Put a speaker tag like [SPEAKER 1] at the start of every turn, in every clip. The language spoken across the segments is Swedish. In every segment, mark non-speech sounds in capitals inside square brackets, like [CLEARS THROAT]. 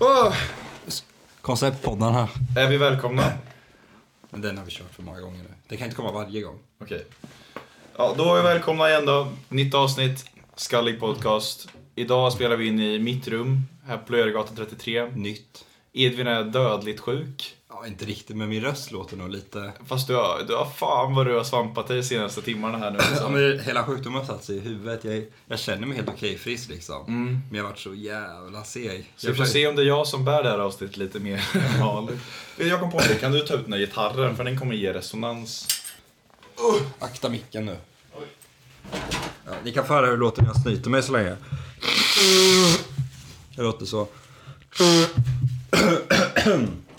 [SPEAKER 1] Åh,
[SPEAKER 2] Konceptpodden här.
[SPEAKER 1] är vi välkomna?
[SPEAKER 2] Men den har vi kört för många gånger nu. Det kan inte komma varje gång.
[SPEAKER 1] Okej. Ja, då är vi välkomna igen då. Nytt avsnitt, Skallig Podcast. Idag spelar vi in i mitt rum här på Löregatan 33.
[SPEAKER 2] Nytt.
[SPEAKER 1] Edvin är dödligt sjuk.
[SPEAKER 2] Ja, inte riktigt, men min röst låter nog lite...
[SPEAKER 1] Fast du har, du har fan vad du har svampat dig de senaste timmarna [CLEARS THROAT] här nu.
[SPEAKER 2] Ja,
[SPEAKER 1] Alltså.
[SPEAKER 2] men hela sjukdomen har satt sig i huvudet. Jag, jag känner mig helt okej frisk liksom.
[SPEAKER 1] Mm.
[SPEAKER 2] Men jag har varit så jävla seg.
[SPEAKER 1] Så vi får se om det är jag som bär det här avsnittet lite mer [LAUGHS] än vanligt. Jag kom på det, kan du ta ut den här gitarren för den kommer ge resonans.
[SPEAKER 2] Akta micken nu. Ja, ni kan få höra hur det låter när jag snyter mig så länge. Det låter så.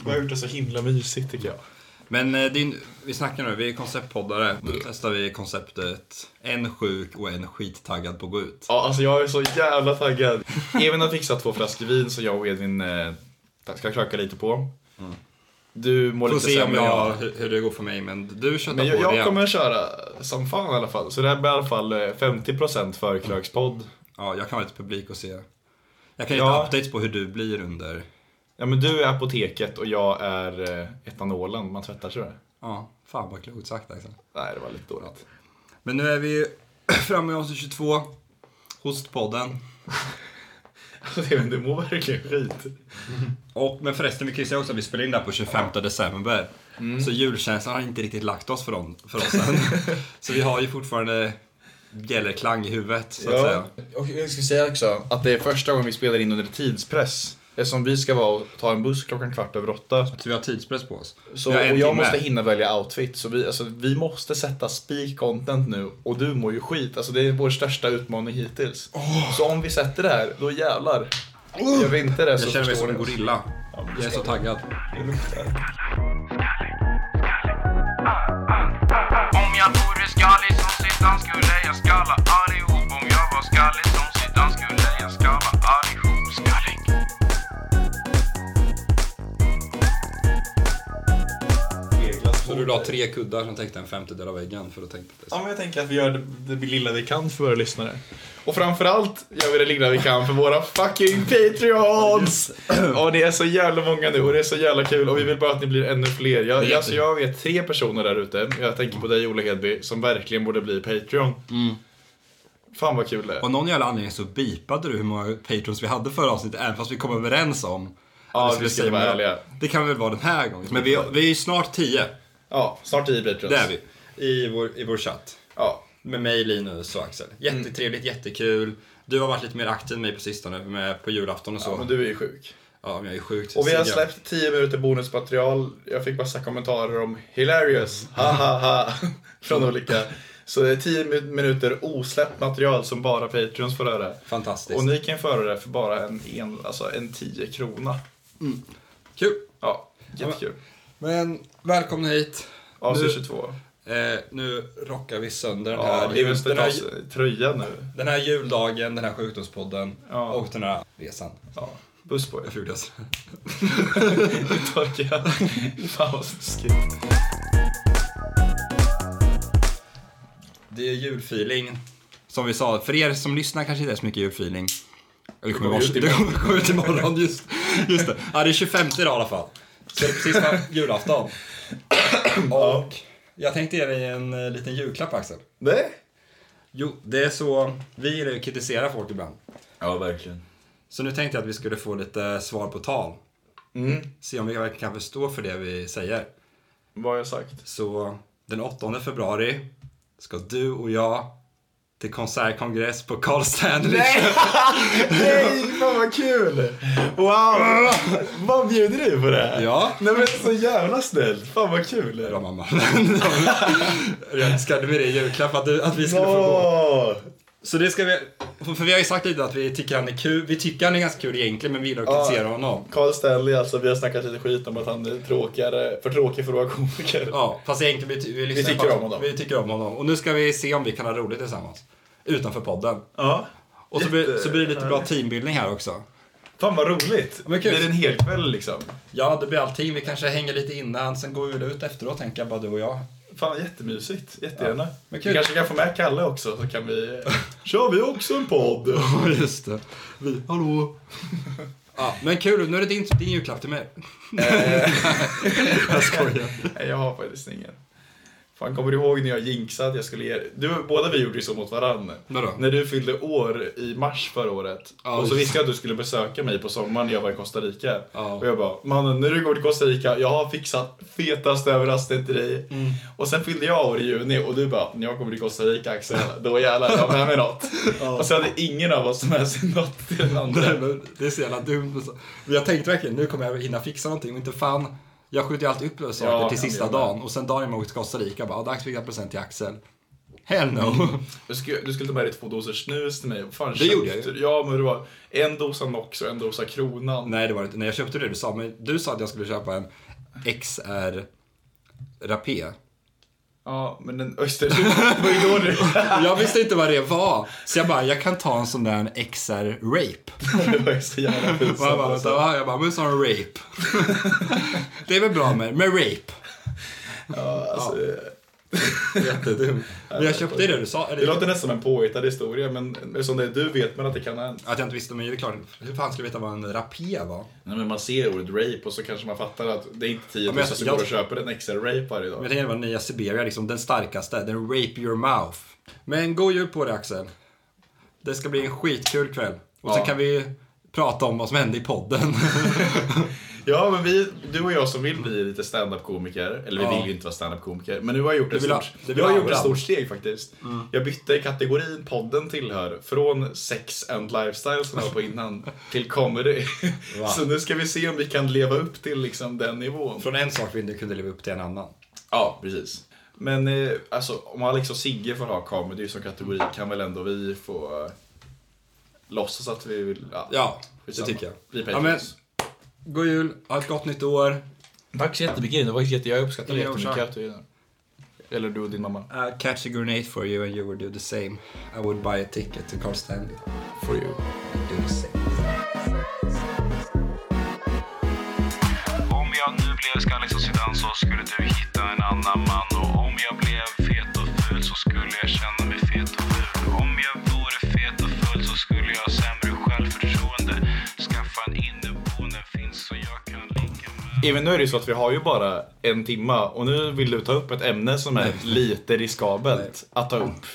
[SPEAKER 1] Du har gjort det så himla mysigt tycker jag.
[SPEAKER 2] Men eh, det är, ju- vi snackar nu, vi är konceptpoddare. Nu testar vi konceptet en sjuk och en skittaggad på att gå ut.
[SPEAKER 1] Ja, alltså jag är så jävla
[SPEAKER 2] [LAUGHS]
[SPEAKER 1] taggad. Edvin har fixat två flaskor vin som jag och Edvin eh, ska kröka lite på. Du mår
[SPEAKER 2] Mm. Får
[SPEAKER 1] lite
[SPEAKER 2] se om
[SPEAKER 1] sämre än
[SPEAKER 2] jag, hur, hur det går för mig, men du köttar
[SPEAKER 1] Men
[SPEAKER 2] på
[SPEAKER 1] jag, jag
[SPEAKER 2] det.
[SPEAKER 1] kommer köra som fan i alla fall. Så det här blir i alla fall eh, 50% förkrökspodd.
[SPEAKER 2] Ja, jag kan vara lite publik och se. Jag kan ge
[SPEAKER 1] Ja.
[SPEAKER 2] ja. updates på hur du blir under...
[SPEAKER 1] Ja men du är apoteket och jag är eh, etanolen man tvättar sig med.
[SPEAKER 2] Ja, fan vad klokt sagt alltså.
[SPEAKER 1] Nej det var lite
[SPEAKER 2] [LAUGHS]
[SPEAKER 1] dåligt.
[SPEAKER 2] Men nu är vi ju [CLEARS THROAT] framme i avsnitt 22. Hostpodden.
[SPEAKER 1] Edvin du mår verkligen skit.
[SPEAKER 2] Och, men förresten, vi kan ju säga också att vi spelar in det här på 25 december.
[SPEAKER 1] Mm.
[SPEAKER 2] Så julkänslan har inte riktigt lagt oss för, dem, för
[SPEAKER 1] [LAUGHS]
[SPEAKER 2] oss än. så vi har ju fortfarande bjällerklang i huvudet, så att säga.
[SPEAKER 1] Och jag ska säga också att det är första gången vi spelar in under tidspress. Eftersom vi ska vara och ta en buss klockan kvart över åtta.
[SPEAKER 2] Så vi har tidspress på oss.
[SPEAKER 1] Så,
[SPEAKER 2] Vi har en
[SPEAKER 1] och jag
[SPEAKER 2] timme.
[SPEAKER 1] måste hinna välja outfit, så vi, alltså, vi måste sätta speak content nu och du mår ju skit. Alltså, det är vår största utmaning hittills. Så om vi sätter det här, då jävlar. Gör vi inte det så
[SPEAKER 2] Jag känner mig som
[SPEAKER 1] förstår
[SPEAKER 2] en
[SPEAKER 1] ni.
[SPEAKER 2] gorilla. Jag är så taggad.
[SPEAKER 1] Det luktar.
[SPEAKER 3] Om jag vore skallig som Zidane skulle jag skalla allihop Om jag var skallig som Zidane skulle jag skalla allihop Skallig
[SPEAKER 2] Så du la tre kuddar som täckte en femtedel av väggen för att tänka på det.
[SPEAKER 1] Ja, men jag tänker att vi gör det, det lilla vi kan för våra lyssnare. Och framförallt gör vi det lilla vi kan för våra fucking Patreons! Och det är så jävla många nu och det är så jävla kul och vi vill bara att ni blir ännu fler. Jag, jag, alltså, jag vet tre personer där ute, jag tänker på dig Olle Hedby, som verkligen borde bli Patreon.
[SPEAKER 2] Mm.
[SPEAKER 1] Fan vad kul det är.
[SPEAKER 2] Av någon jävla anledning så bipade du hur många patrons vi hade förra avsnittet, även fast vi kom överens om att
[SPEAKER 1] Ja, vi ska
[SPEAKER 2] säga
[SPEAKER 1] vara
[SPEAKER 2] mer.
[SPEAKER 1] ärliga.
[SPEAKER 2] Det kan väl vara den här gången. Men vi, vi är ju snart tio.
[SPEAKER 1] Ja, snart 10 Patreons.
[SPEAKER 2] Det är vi. I vår, i vår chatt.
[SPEAKER 1] Ja.
[SPEAKER 2] Med mig, Linus och Axel. Jättetrevligt, jättekul. Du har varit lite mer aktiv än mig på sistone, med på julafton och så.
[SPEAKER 1] Men du är ju sjuk.
[SPEAKER 2] Ja, men jag är sjukt
[SPEAKER 1] Och vi har
[SPEAKER 2] seg.
[SPEAKER 1] släppt 10 minuter bonusmaterial. Jag fick massa kommentarer om hilarious, ha ha ha, [LAUGHS] från olika. Så det är 10 min- minuter osläppt material som bara Patreons får höra.
[SPEAKER 2] Fantastiskt.
[SPEAKER 1] Och ni kan föra det för bara en, en, alltså en 10 krona.
[SPEAKER 2] Kul.
[SPEAKER 1] Ja, jättekul.
[SPEAKER 2] Men välkomna hit.
[SPEAKER 1] Avsnitt
[SPEAKER 2] nu,
[SPEAKER 1] 22.
[SPEAKER 2] eh, nu rockar vi sönder den
[SPEAKER 1] Ja,
[SPEAKER 2] här,
[SPEAKER 1] det är
[SPEAKER 2] jul-
[SPEAKER 1] väl
[SPEAKER 2] den
[SPEAKER 1] den här
[SPEAKER 2] här
[SPEAKER 1] j- tröjan nu.
[SPEAKER 2] Den här juldagen, den här sjukdomspodden
[SPEAKER 1] Ja.
[SPEAKER 2] och den här resan.
[SPEAKER 1] Ja, buss på er.
[SPEAKER 2] Jag frodas.
[SPEAKER 1] [LAUGHS] Torka. Fan vad snuskigt.
[SPEAKER 2] Det är julfeeling. Som vi sa, för er som lyssnar kanske inte är så mycket julfeeling. Det kommer,
[SPEAKER 1] kommer
[SPEAKER 2] vara-
[SPEAKER 1] ut
[SPEAKER 2] [LAUGHS] det
[SPEAKER 1] imorgon.
[SPEAKER 2] kommer komma ut imorgon, just, just det. Ja, det är 25 idag i alla fall. Så det är precis på [COUGHS] julafton. Och jag tänkte ge dig en eh, liten julklapp Axel.
[SPEAKER 1] Nej.
[SPEAKER 2] Jo, det är så, vi gillar ju att kritisera folk ibland.
[SPEAKER 1] Ja, verkligen.
[SPEAKER 2] Så nu tänkte jag att vi skulle få lite svar på tal.
[SPEAKER 1] Mm.
[SPEAKER 2] Se om vi verkligen kan förstå för det vi säger.
[SPEAKER 1] Vad har jag sagt?
[SPEAKER 2] Så den 8 februari ska du och jag till konsertkongress på Carl Stanley.
[SPEAKER 1] Nej, fan vad kul! [LAUGHS] Wow! Vad bjuder du på det här?
[SPEAKER 2] Ja.
[SPEAKER 1] Nej men så jävla snällt, fan vad kul!
[SPEAKER 2] Bra mamma. [LAUGHS] jag önskade mig det i julklapp att, du, att vi skulle få gå.
[SPEAKER 1] Åh!
[SPEAKER 2] Så det ska vi, för- för vi har ju sagt lite att vi tycker han är kul. Vi tycker han är ganska kul egentligen men vi gillar
[SPEAKER 1] Ja.
[SPEAKER 2] att kritisera honom.
[SPEAKER 1] Carl Stanley alltså, vi har snackat lite skit om att han är tråkigare, för tråkig för att vara komiker.
[SPEAKER 2] Ja, fast egentligen vi, ty- vi, lyssnar
[SPEAKER 1] tycker
[SPEAKER 2] på-
[SPEAKER 1] om honom.
[SPEAKER 2] Vi tycker om honom. Och nu ska vi se om vi kan ha roligt tillsammans. Utanför podden.
[SPEAKER 1] Ja.
[SPEAKER 2] Och så, blir, så blir det lite bra teambildning här också.
[SPEAKER 1] Fan vad roligt!
[SPEAKER 2] Men kul.
[SPEAKER 1] Blir det en hel kväll liksom?
[SPEAKER 2] Ja, det blir allting. Vi kanske hänger lite innan, sen går vi väl ut efteråt tänker jag, bara du och jag.
[SPEAKER 1] Fan jättemysigt, jättegärna.
[SPEAKER 2] Men kul.
[SPEAKER 1] vi kanske kan få med Kalle också så [LAUGHS] kan vi... Kör vi också en podd?
[SPEAKER 2] Ja, just det. Vi, hallå. Ja, men kul, nu är det din, din julklapp till mig. jag skojar.
[SPEAKER 1] Nej, jag har faktiskt ingen. Fan, kommer du ihåg när jag jinxade att jag skulle ge du, Båda vi gjorde ju så mot varandra.
[SPEAKER 2] Vadå?
[SPEAKER 1] När du fyllde år i mars förra året.
[SPEAKER 2] Ja,
[SPEAKER 1] och så
[SPEAKER 2] just.
[SPEAKER 1] visste jag att du skulle besöka mig på sommaren när jag var i Costa Rica.
[SPEAKER 2] Ja.
[SPEAKER 1] Och jag bara, mannen när du går till Costa Rica, jag har fixat fetaste överraskningen till dig.
[SPEAKER 2] Mm.
[SPEAKER 1] Och sen fyllde jag år i juni och du bara, när jag kommer till Costa Rica Axel, då jävlar, jag har med mig
[SPEAKER 2] [LAUGHS]
[SPEAKER 1] något. Och så hade ingen av oss med sig något till den andra.
[SPEAKER 2] Nej, men det är så jävla dumt. Men jag tänkte verkligen, nu kommer jag hinna fixa någonting. Och inte fan, jag skjuter ju alltid upp saker
[SPEAKER 1] Ja,
[SPEAKER 2] till
[SPEAKER 1] jag
[SPEAKER 2] sista
[SPEAKER 1] med.
[SPEAKER 2] dagen. Och sen dagen jag åkte till Costa Rica, bara, "Ja, dags att fixa present till Axel. Hell no.
[SPEAKER 1] Du skulle, du skulle ta med dig två doser snus till mig. Vad Fan,
[SPEAKER 2] Det gjorde
[SPEAKER 1] köpte
[SPEAKER 2] jag
[SPEAKER 1] du? Ja, men det var en dosa Nox och en dosa Kronan.
[SPEAKER 2] Nej, det var det inte. Nej, jag köpte det du sa. Men du sa att jag skulle köpa en XR Rapé.
[SPEAKER 1] Ja, men den... Just det, det var ju då [LAUGHS] du...
[SPEAKER 2] Jag visste inte vad det var. Så jag bara, jag kan ta en sån där en XR Rape.
[SPEAKER 1] Det var ju så jävla
[SPEAKER 2] Och jag
[SPEAKER 1] pinsamt.
[SPEAKER 2] bara, vänta,
[SPEAKER 1] alltså.
[SPEAKER 2] va? Jag bara, men så har en Rape. [LAUGHS] det är väl bra med, med Rape.
[SPEAKER 1] Ja, alltså,
[SPEAKER 2] Jättedumt. Men jag köpte det du sa.
[SPEAKER 1] Det låter nästan som en påhittad historia, men eftersom det är du vet man att det kan ha hänt.
[SPEAKER 2] Att jag inte visste, men det är klart. Hur fan ska jag veta vad en rapé var?
[SPEAKER 1] Nej, men man ser ordet rape och så kanske man fattar att det är inte 10 000
[SPEAKER 2] men jag-
[SPEAKER 1] som
[SPEAKER 2] jag-
[SPEAKER 1] går och köper en extra rape varje
[SPEAKER 2] Men
[SPEAKER 1] dag.
[SPEAKER 2] jag tänker att det var nya Siberia, liksom den starkaste. Den rape your mouth. Men god jul på dig Axel. Det ska bli en skitkul kväll. Och
[SPEAKER 1] Ja.
[SPEAKER 2] sen kan vi prata om vad som hände i podden.
[SPEAKER 1] Ja, men vi, du och jag som vill bli lite stand-up-komiker, eller vi
[SPEAKER 2] Ja.
[SPEAKER 1] vill ju inte vara stand-up-komiker, men nu har jag gjort ett
[SPEAKER 2] vill ha-
[SPEAKER 1] stort,
[SPEAKER 2] du vill
[SPEAKER 1] jag har
[SPEAKER 2] ha Mm.
[SPEAKER 1] gjort ett
[SPEAKER 2] brand.
[SPEAKER 1] stort steg faktiskt. Jag bytte kategorin podden tillhör från sex and lifestyle som jag var på
[SPEAKER 2] [LAUGHS]
[SPEAKER 1] innan till comedy.
[SPEAKER 2] Va?
[SPEAKER 1] Så nu ska vi se om vi kan leva upp till liksom den nivån.
[SPEAKER 2] [LAUGHS] Från en sak vi inte kunde leva upp till en annan.
[SPEAKER 1] Ja, precis. Men eh, alltså, om Alex och Sigge får ha comedy som kategori kan väl ändå vi få eh, låtsas att vi vill...
[SPEAKER 2] Ja, det
[SPEAKER 1] skitsamma.
[SPEAKER 2] tycker jag.
[SPEAKER 1] Bli
[SPEAKER 2] Ja, men,
[SPEAKER 1] Patreons.
[SPEAKER 2] god jul, ha ett gott nytt år.
[SPEAKER 1] Tack så jättemycket. Det var jätte, jag uppskattar
[SPEAKER 2] Ingen orsak.
[SPEAKER 1] att du är där. Eller du och din mamma.
[SPEAKER 2] I'll catch a grenade for you and you would do the same. I would buy a ticket to Carl Stanley.
[SPEAKER 1] For you.
[SPEAKER 2] and Do the same.
[SPEAKER 3] Om jag nu blev skallig som Zidane så skulle du hitta en annan man Och om jag blev fet och ful så skulle jag känna mig fet och ful Om jag vore fet och ful så skulle jag ha sämre självförtroende Skaffa en inneboende finns så jag kan ligga med
[SPEAKER 1] Även nu är det ju så att vi har ju bara en timma och nu vill du ta upp ett ämne som är lite riskabelt att ta upp.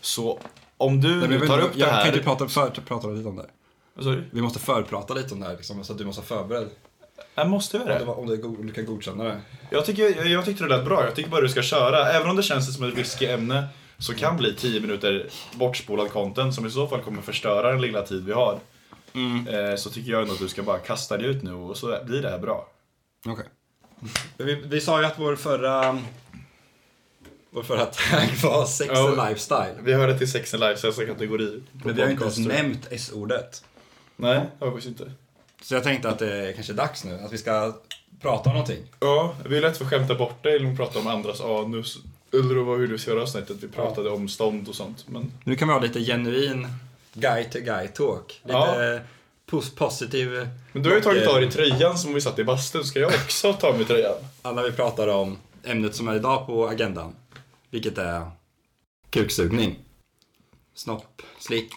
[SPEAKER 1] Så om du
[SPEAKER 2] Nej, men
[SPEAKER 1] tar
[SPEAKER 2] jag
[SPEAKER 1] upp det
[SPEAKER 2] kan
[SPEAKER 1] här...
[SPEAKER 2] inte prata, för, prata lite om det här.
[SPEAKER 1] Vad sa du?
[SPEAKER 2] Vi måste förprata lite om det här liksom, så att du måste vara förberedd.
[SPEAKER 1] Nej, måste vi det?
[SPEAKER 2] Om, det var, om, det, är go- om du kan godkänna det.
[SPEAKER 1] Jag, tycker, jag, jag tyckte det lät bra. Jag tycker bara du ska köra. Även om det känns som ett whiskyämne så kan bli 10 minuter bortspolad content som i så fall kommer förstöra den lilla tid vi har. Eh, så tycker jag ändå att du ska bara kasta dig ut nu och så blir det här bra.
[SPEAKER 2] Okej. Vi, vi sa ju att vår förra... Vår förra tag var sex
[SPEAKER 1] Ja.
[SPEAKER 2] and lifestyle.
[SPEAKER 1] Vi hör det till Sex and Life, alltså kategori. på
[SPEAKER 2] Men vi har ju inte ens
[SPEAKER 1] podcaster.
[SPEAKER 2] nämnt S-ordet.
[SPEAKER 1] Nej, det har vi faktiskt inte.
[SPEAKER 2] Så jag tänkte att det kanske är dags nu, att vi ska prata om någonting.
[SPEAKER 1] Ja, vi är lätt för att skämta bort det eller prata om andras anus. Eller vad hur du ser avsnittet, vi pratade om stånd och sånt. Men
[SPEAKER 2] Nu kan vi ha lite genuin guy to guy talk. Lite
[SPEAKER 1] Ja.
[SPEAKER 2] ja. positiv...
[SPEAKER 1] Men du har ju tagit
[SPEAKER 2] eh,
[SPEAKER 1] av dig tröjan som vi satt i bastun, ska jag också ta av mig tröjan?
[SPEAKER 2] Alla vi pratar om ämnet som är idag på agendan. Vilket är kuksugning. Snopp, slick.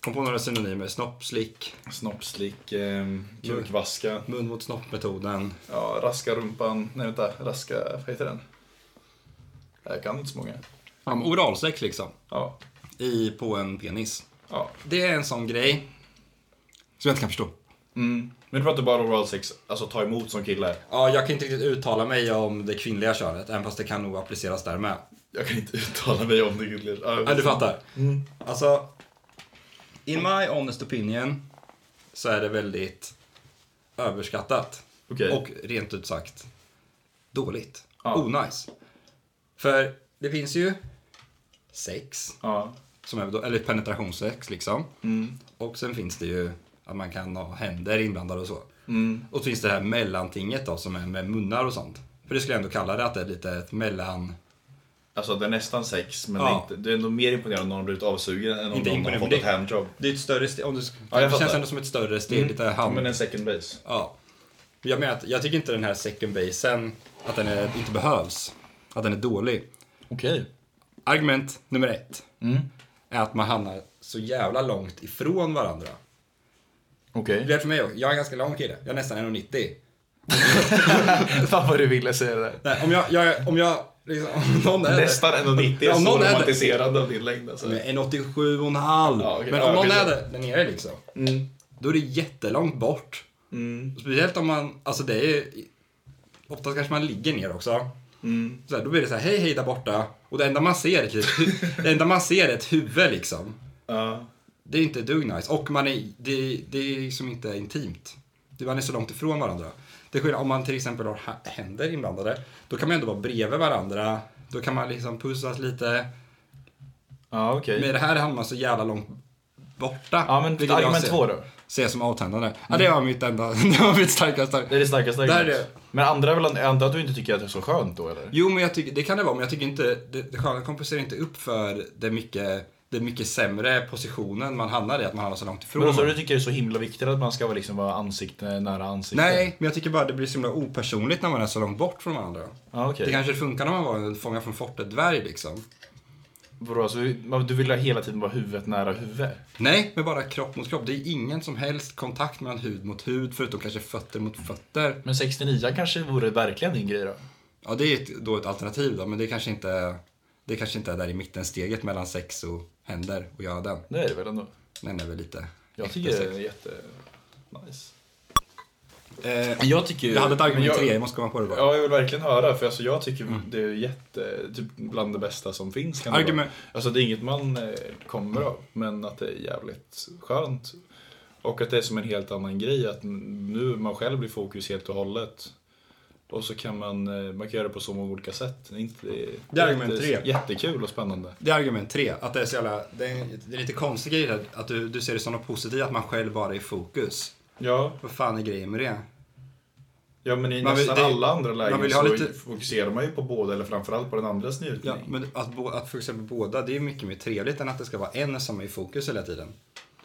[SPEAKER 2] Kom på några synonymer. Snopp, slick,
[SPEAKER 1] Snoppslick, eh, kukvaska.
[SPEAKER 2] mun mot snopp-metoden.
[SPEAKER 1] Ja, raska rumpan. Nej vänta, raska, vad heter den? Jag kan inte så många.
[SPEAKER 2] Ja, men oralsex liksom.
[SPEAKER 1] Ja.
[SPEAKER 2] I, på en penis.
[SPEAKER 1] ja.
[SPEAKER 2] Det är en sån grej. Som jag inte kan förstå.
[SPEAKER 1] Mm. Men du pratar bara om oral sex, alltså ta emot som kille.
[SPEAKER 2] Ja, jag kan inte riktigt uttala mig om det kvinnliga könet, även fast det kan nog appliceras där med.
[SPEAKER 1] Jag kan inte [LAUGHS] uttala mig om det kille.
[SPEAKER 2] Ja, du fattar. Alltså, in my honest opinion så är det väldigt överskattat.
[SPEAKER 1] Okej.
[SPEAKER 2] Och rent ut sagt dåligt.
[SPEAKER 1] Ja.
[SPEAKER 2] Onajs. För det finns ju sex,
[SPEAKER 1] Ja.
[SPEAKER 2] som är, då- eller penetrationssex liksom. Och sen finns det ju att man kan ha händer inblandade och så. Och så finns det här mellantinget då som är med munnar och sånt. För det skulle jag ändå kalla det att det är lite ett mellan...
[SPEAKER 1] Alltså det är nästan sex, men
[SPEAKER 2] Ja.
[SPEAKER 1] det, är inte, det är ändå mer imponerande om någon har blivit avsugen än om
[SPEAKER 2] Inte
[SPEAKER 1] någon har
[SPEAKER 2] imponerande,
[SPEAKER 1] fått
[SPEAKER 2] men
[SPEAKER 1] ett
[SPEAKER 2] det-
[SPEAKER 1] handjob.
[SPEAKER 2] Det är ett större steg, om du...
[SPEAKER 1] jag
[SPEAKER 2] det känns
[SPEAKER 1] fattar.
[SPEAKER 2] ändå som ett större steg, lite hand...
[SPEAKER 1] Men en second base.
[SPEAKER 2] Ja. Men Jag menar att jag tycker inte den här second basen, att den är, inte behövs. Att den är dålig.
[SPEAKER 1] Okej.
[SPEAKER 2] Argument nummer Mm. ett är att man hamnar så jävla långt ifrån varandra.
[SPEAKER 1] Okej.
[SPEAKER 2] Det är för mig också. Jag är en ganska lång kille. Jag är nästan 1,90. [LAUGHS]
[SPEAKER 1] Fan vad du ville säga där.
[SPEAKER 2] Nej, om jag, jag, om jag, liksom, om någon är
[SPEAKER 1] Nästan 1,90 är
[SPEAKER 2] Ja, om
[SPEAKER 1] så
[SPEAKER 2] någon är det. Mm.
[SPEAKER 1] romantiserad av din längd. Alltså.
[SPEAKER 2] det. En 87,5.
[SPEAKER 1] Ja, okej.
[SPEAKER 2] Men
[SPEAKER 1] Ja,
[SPEAKER 2] om någon
[SPEAKER 1] precis. Mm.
[SPEAKER 2] är det, där nere liksom. Då är det jättelångt bort. Speciellt om man, alltså det är ju, oftast kanske man ligger ner också.
[SPEAKER 1] Mm.
[SPEAKER 2] Så här, då blir det så här, hej hej där borta. Och det enda man
[SPEAKER 1] [LAUGHS]
[SPEAKER 2] ser är typ, det enda man ser är ett huvud liksom.
[SPEAKER 1] Ja.
[SPEAKER 2] Det är inte ett dugg nice. Och man är, det, det är liksom inte intimt. Det- Man är så långt ifrån varandra. Det skillnad om man till exempel har ha- händer inblandade. Då kan man ändå vara bredvid varandra. Då kan man liksom pussas lite.
[SPEAKER 1] Ja, okej.
[SPEAKER 2] Med det här hamnar man så jävla långt borta.
[SPEAKER 1] Ja, men
[SPEAKER 2] Vilket jag
[SPEAKER 1] argument
[SPEAKER 2] ser-
[SPEAKER 1] två då? Mm.
[SPEAKER 2] Ser som avtändande. Ja, det var mitt enda, [LAUGHS] det var mitt starkaste.
[SPEAKER 1] Det är det starkaste
[SPEAKER 2] Där är
[SPEAKER 1] argumentet. Men andra vill jag antar att du inte tycker att det är så skönt då eller?
[SPEAKER 2] Jo, men jag tycker, det kan det vara, men jag tycker inte, det, det sköna kompenserar inte upp för det mycket, det mycket sämre positionen man hamnar i, att man hamnar så långt ifrån.
[SPEAKER 1] Men alltså, du tycker det är så himla viktigt att man ska vara, liksom, vara ansikte nära ansikte?
[SPEAKER 2] Nej, men jag tycker bara det blir så himla opersonligt när man är så långt bort från varandra.
[SPEAKER 1] Ja, okej.
[SPEAKER 2] Det kanske funkar när man var en fånga från fortet dvärg liksom.
[SPEAKER 1] Vadå, alltså, man- du vill hela tiden vara huvudet nära huvudet?
[SPEAKER 2] Nej, men bara kropp mot kropp. Det är ingen som helst kontakt mellan hud mot hud, förutom kanske fötter mot fötter.
[SPEAKER 1] Men 69 kanske vore verkligen din grej då?
[SPEAKER 2] Ja, det är ett, då ett alternativ då, men det kanske inte, det kanske inte är där i mitten steget mellan sex och händer och göra den.
[SPEAKER 1] Det är det väl ändå?
[SPEAKER 2] Den är väl lite...
[SPEAKER 1] Jag tycker det är jätte... Nice.
[SPEAKER 2] Eh,
[SPEAKER 1] Jag tycker
[SPEAKER 2] Jag hade ett argument
[SPEAKER 1] jag-
[SPEAKER 2] tre, jag måste komma på det Mm. bara.
[SPEAKER 1] Ja, jag vill verkligen höra för alltså, jag tycker det är jätte, typ bland det bästa som finns. Kan det vara.
[SPEAKER 2] Argument-
[SPEAKER 1] Alltså det är inget man eh, kommer av, men att det är jävligt skönt. Och att det är som en helt annan grej, att n- nu man själv blir fokus helt och hållet. Och så kan man, eh, man kan göra det på så många olika sätt. Det är, inte,
[SPEAKER 2] Det är argument
[SPEAKER 1] jätte-
[SPEAKER 2] tre.
[SPEAKER 1] Jättekul och spännande.
[SPEAKER 2] Det är argument tre, att det är så jävla, det är, det är lite konstig grej här, att du, du ser det som något positivt att man själv bara är i fokus.
[SPEAKER 1] Ja,
[SPEAKER 2] Vad fan är grejen med det?
[SPEAKER 1] ja men i
[SPEAKER 2] Man vill-
[SPEAKER 1] nästan
[SPEAKER 2] det-
[SPEAKER 1] alla andra lägen
[SPEAKER 2] man vill
[SPEAKER 1] så
[SPEAKER 2] ha lite-
[SPEAKER 1] fokuserar man ju på båda, eller framförallt på den andras njutning.
[SPEAKER 2] Ja, men att, bo- att fokusera på båda, det är mycket mer trevligt än att det ska vara en som är i fokus hela tiden.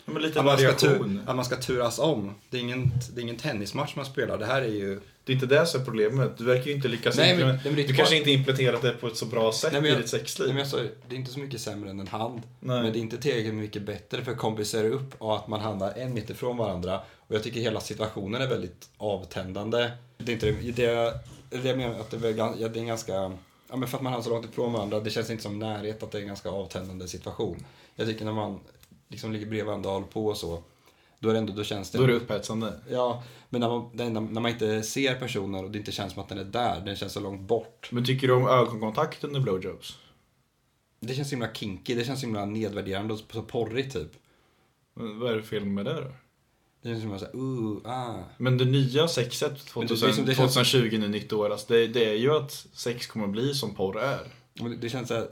[SPEAKER 1] Ja, men lite
[SPEAKER 2] Att man, ska
[SPEAKER 1] variation.
[SPEAKER 2] tu, att man ska turas om. Det är, ingen, det är ingen tennismatch man spelar, det här är ju...
[SPEAKER 1] Det är inte det som är problemet. Du verkar ju inte lyckas.
[SPEAKER 2] Nej, men-
[SPEAKER 1] implement-
[SPEAKER 2] nej, men det är
[SPEAKER 1] du
[SPEAKER 2] klart-
[SPEAKER 1] kanske inte implementerat det på ett så bra sätt
[SPEAKER 2] Nej, men jag-
[SPEAKER 1] i ditt sexliv.
[SPEAKER 2] Nej, men alltså, det är inte så mycket sämre än en hand.
[SPEAKER 1] Nej.
[SPEAKER 2] Men det är inte tillräckligt mycket bättre för att kompensera upp och att man hamnar en meter från varandra. Och jag tycker hela situationen är väldigt avtändande. Det är inte det, det, det jag menar att det är, väl gan- ja, det är en ganska... Ja, men för att man hamnar så långt ifrån varandra, det känns inte som närhet att det är en ganska avtändande situation. Jag tycker när man liksom ligger bredvid varandra och håller på och så, då är det ändå, då känns det...
[SPEAKER 1] Då är det upphetsande.
[SPEAKER 2] Ja, men när man, det enda- när man inte ser personen och det inte känns som att den är där, den känns så långt bort.
[SPEAKER 1] Men tycker du om ögonkontakt under blowjobs?
[SPEAKER 2] Det känns så himla kinky, det känns så himla nedvärderande och så porrigt typ.
[SPEAKER 1] Men Vad är det fel med det då?
[SPEAKER 2] Det känns som att såhär, uh, ah.
[SPEAKER 1] Men det nya sexet
[SPEAKER 2] Men
[SPEAKER 1] 2000,
[SPEAKER 2] det- det är som- det känns-
[SPEAKER 1] 2020 nu nytt år, alltså det, det är ju att sex kommer bli som porr är.
[SPEAKER 2] Men det- Det känns såhär,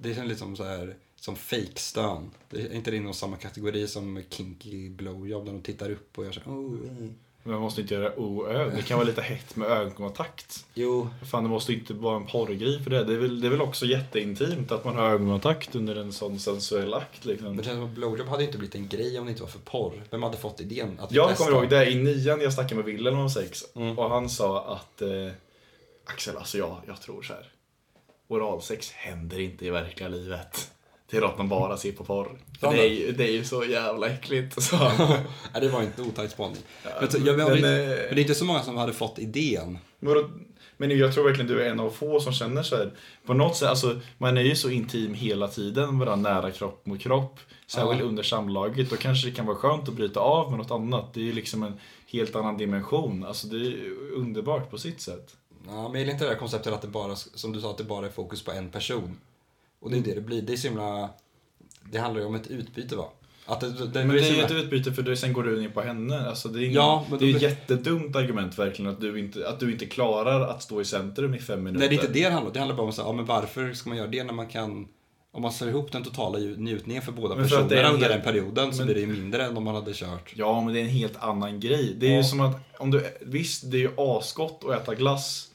[SPEAKER 2] det känns lite som såhär, som fake-stön. Det är inte det inom samma kategori som kinky blowjob där de tittar upp och gör såhär, oh, eh.
[SPEAKER 1] Men man måste inte göra oö. Det kan vara lite hett med ögonkontakt.
[SPEAKER 2] Jo,
[SPEAKER 1] Fan, det måste inte vara en porrgrej för det. Det är, väl, det är väl också jätteintimt att man har ögonkontakt under en sån sensuell akt liksom.
[SPEAKER 2] men det känns som att blowjob hade inte blivit en grej om det inte var för porr. Vem hade fått idén att
[SPEAKER 1] Jag
[SPEAKER 2] testa?
[SPEAKER 1] kommer ihåg det i nian när jag snackade med Wilhelm om sex
[SPEAKER 2] Mm.
[SPEAKER 1] och han sa att eh, Axel, alltså jag, jag tror så här. Oralsex händer inte i verkliga livet. Det är något man bara ser på porr. För
[SPEAKER 2] Fan
[SPEAKER 1] Det
[SPEAKER 2] då.
[SPEAKER 1] är, ju, det är ju så jävla äckligt. Så.
[SPEAKER 2] [LAUGHS]
[SPEAKER 1] Men
[SPEAKER 2] Nej, det var inte otajt spaning. men, så, jag, men,
[SPEAKER 1] men,
[SPEAKER 2] men,
[SPEAKER 1] eh,
[SPEAKER 2] det är inte så många som hade fått idén.
[SPEAKER 1] vadå? Men jag tror verkligen du är en av få som känner så här. På något sätt, alltså, man är ju så intim hela tiden, varandra nära kropp mot kropp. Särskilt
[SPEAKER 2] Ja.
[SPEAKER 1] under samlaget. Då kanske det kan vara skönt att bryta av med något annat. Det är ju liksom en helt annan dimension. Alltså det är ju underbart på sitt sätt.
[SPEAKER 2] Ja, men jag gillar inte det här konceptet att det bara, som du sa, att det bara är fokus på en person. Och det är det
[SPEAKER 1] Mm.
[SPEAKER 2] det blir. Det är så himla... Det handlar ju om ett utbyte va? Att det, det,
[SPEAKER 1] Men det är ju
[SPEAKER 2] så
[SPEAKER 1] ett
[SPEAKER 2] himla-
[SPEAKER 1] utbyte för du, sen går du in på henne. Alltså det är, ingen,
[SPEAKER 2] Ja, men
[SPEAKER 1] det är
[SPEAKER 2] då-
[SPEAKER 1] ett jättedumt argument verkligen att du, inte, att du inte klarar att stå i centrum i fem minuter.
[SPEAKER 2] Nej, det är inte det det handlar om. Det handlar bara om så här, ja, men varför ska man göra det när man kan... Om man slår ihop den totala ju- njutningen för båda
[SPEAKER 1] Men för att
[SPEAKER 2] personerna
[SPEAKER 1] det är en
[SPEAKER 2] under
[SPEAKER 1] hel-
[SPEAKER 2] den perioden så
[SPEAKER 1] men-
[SPEAKER 2] blir det ju mindre än om man hade kört.
[SPEAKER 1] Ja, men det är en helt annan grej. Det är ju
[SPEAKER 2] Ja.
[SPEAKER 1] som att, om du, visst det är ju asgott att äta glass.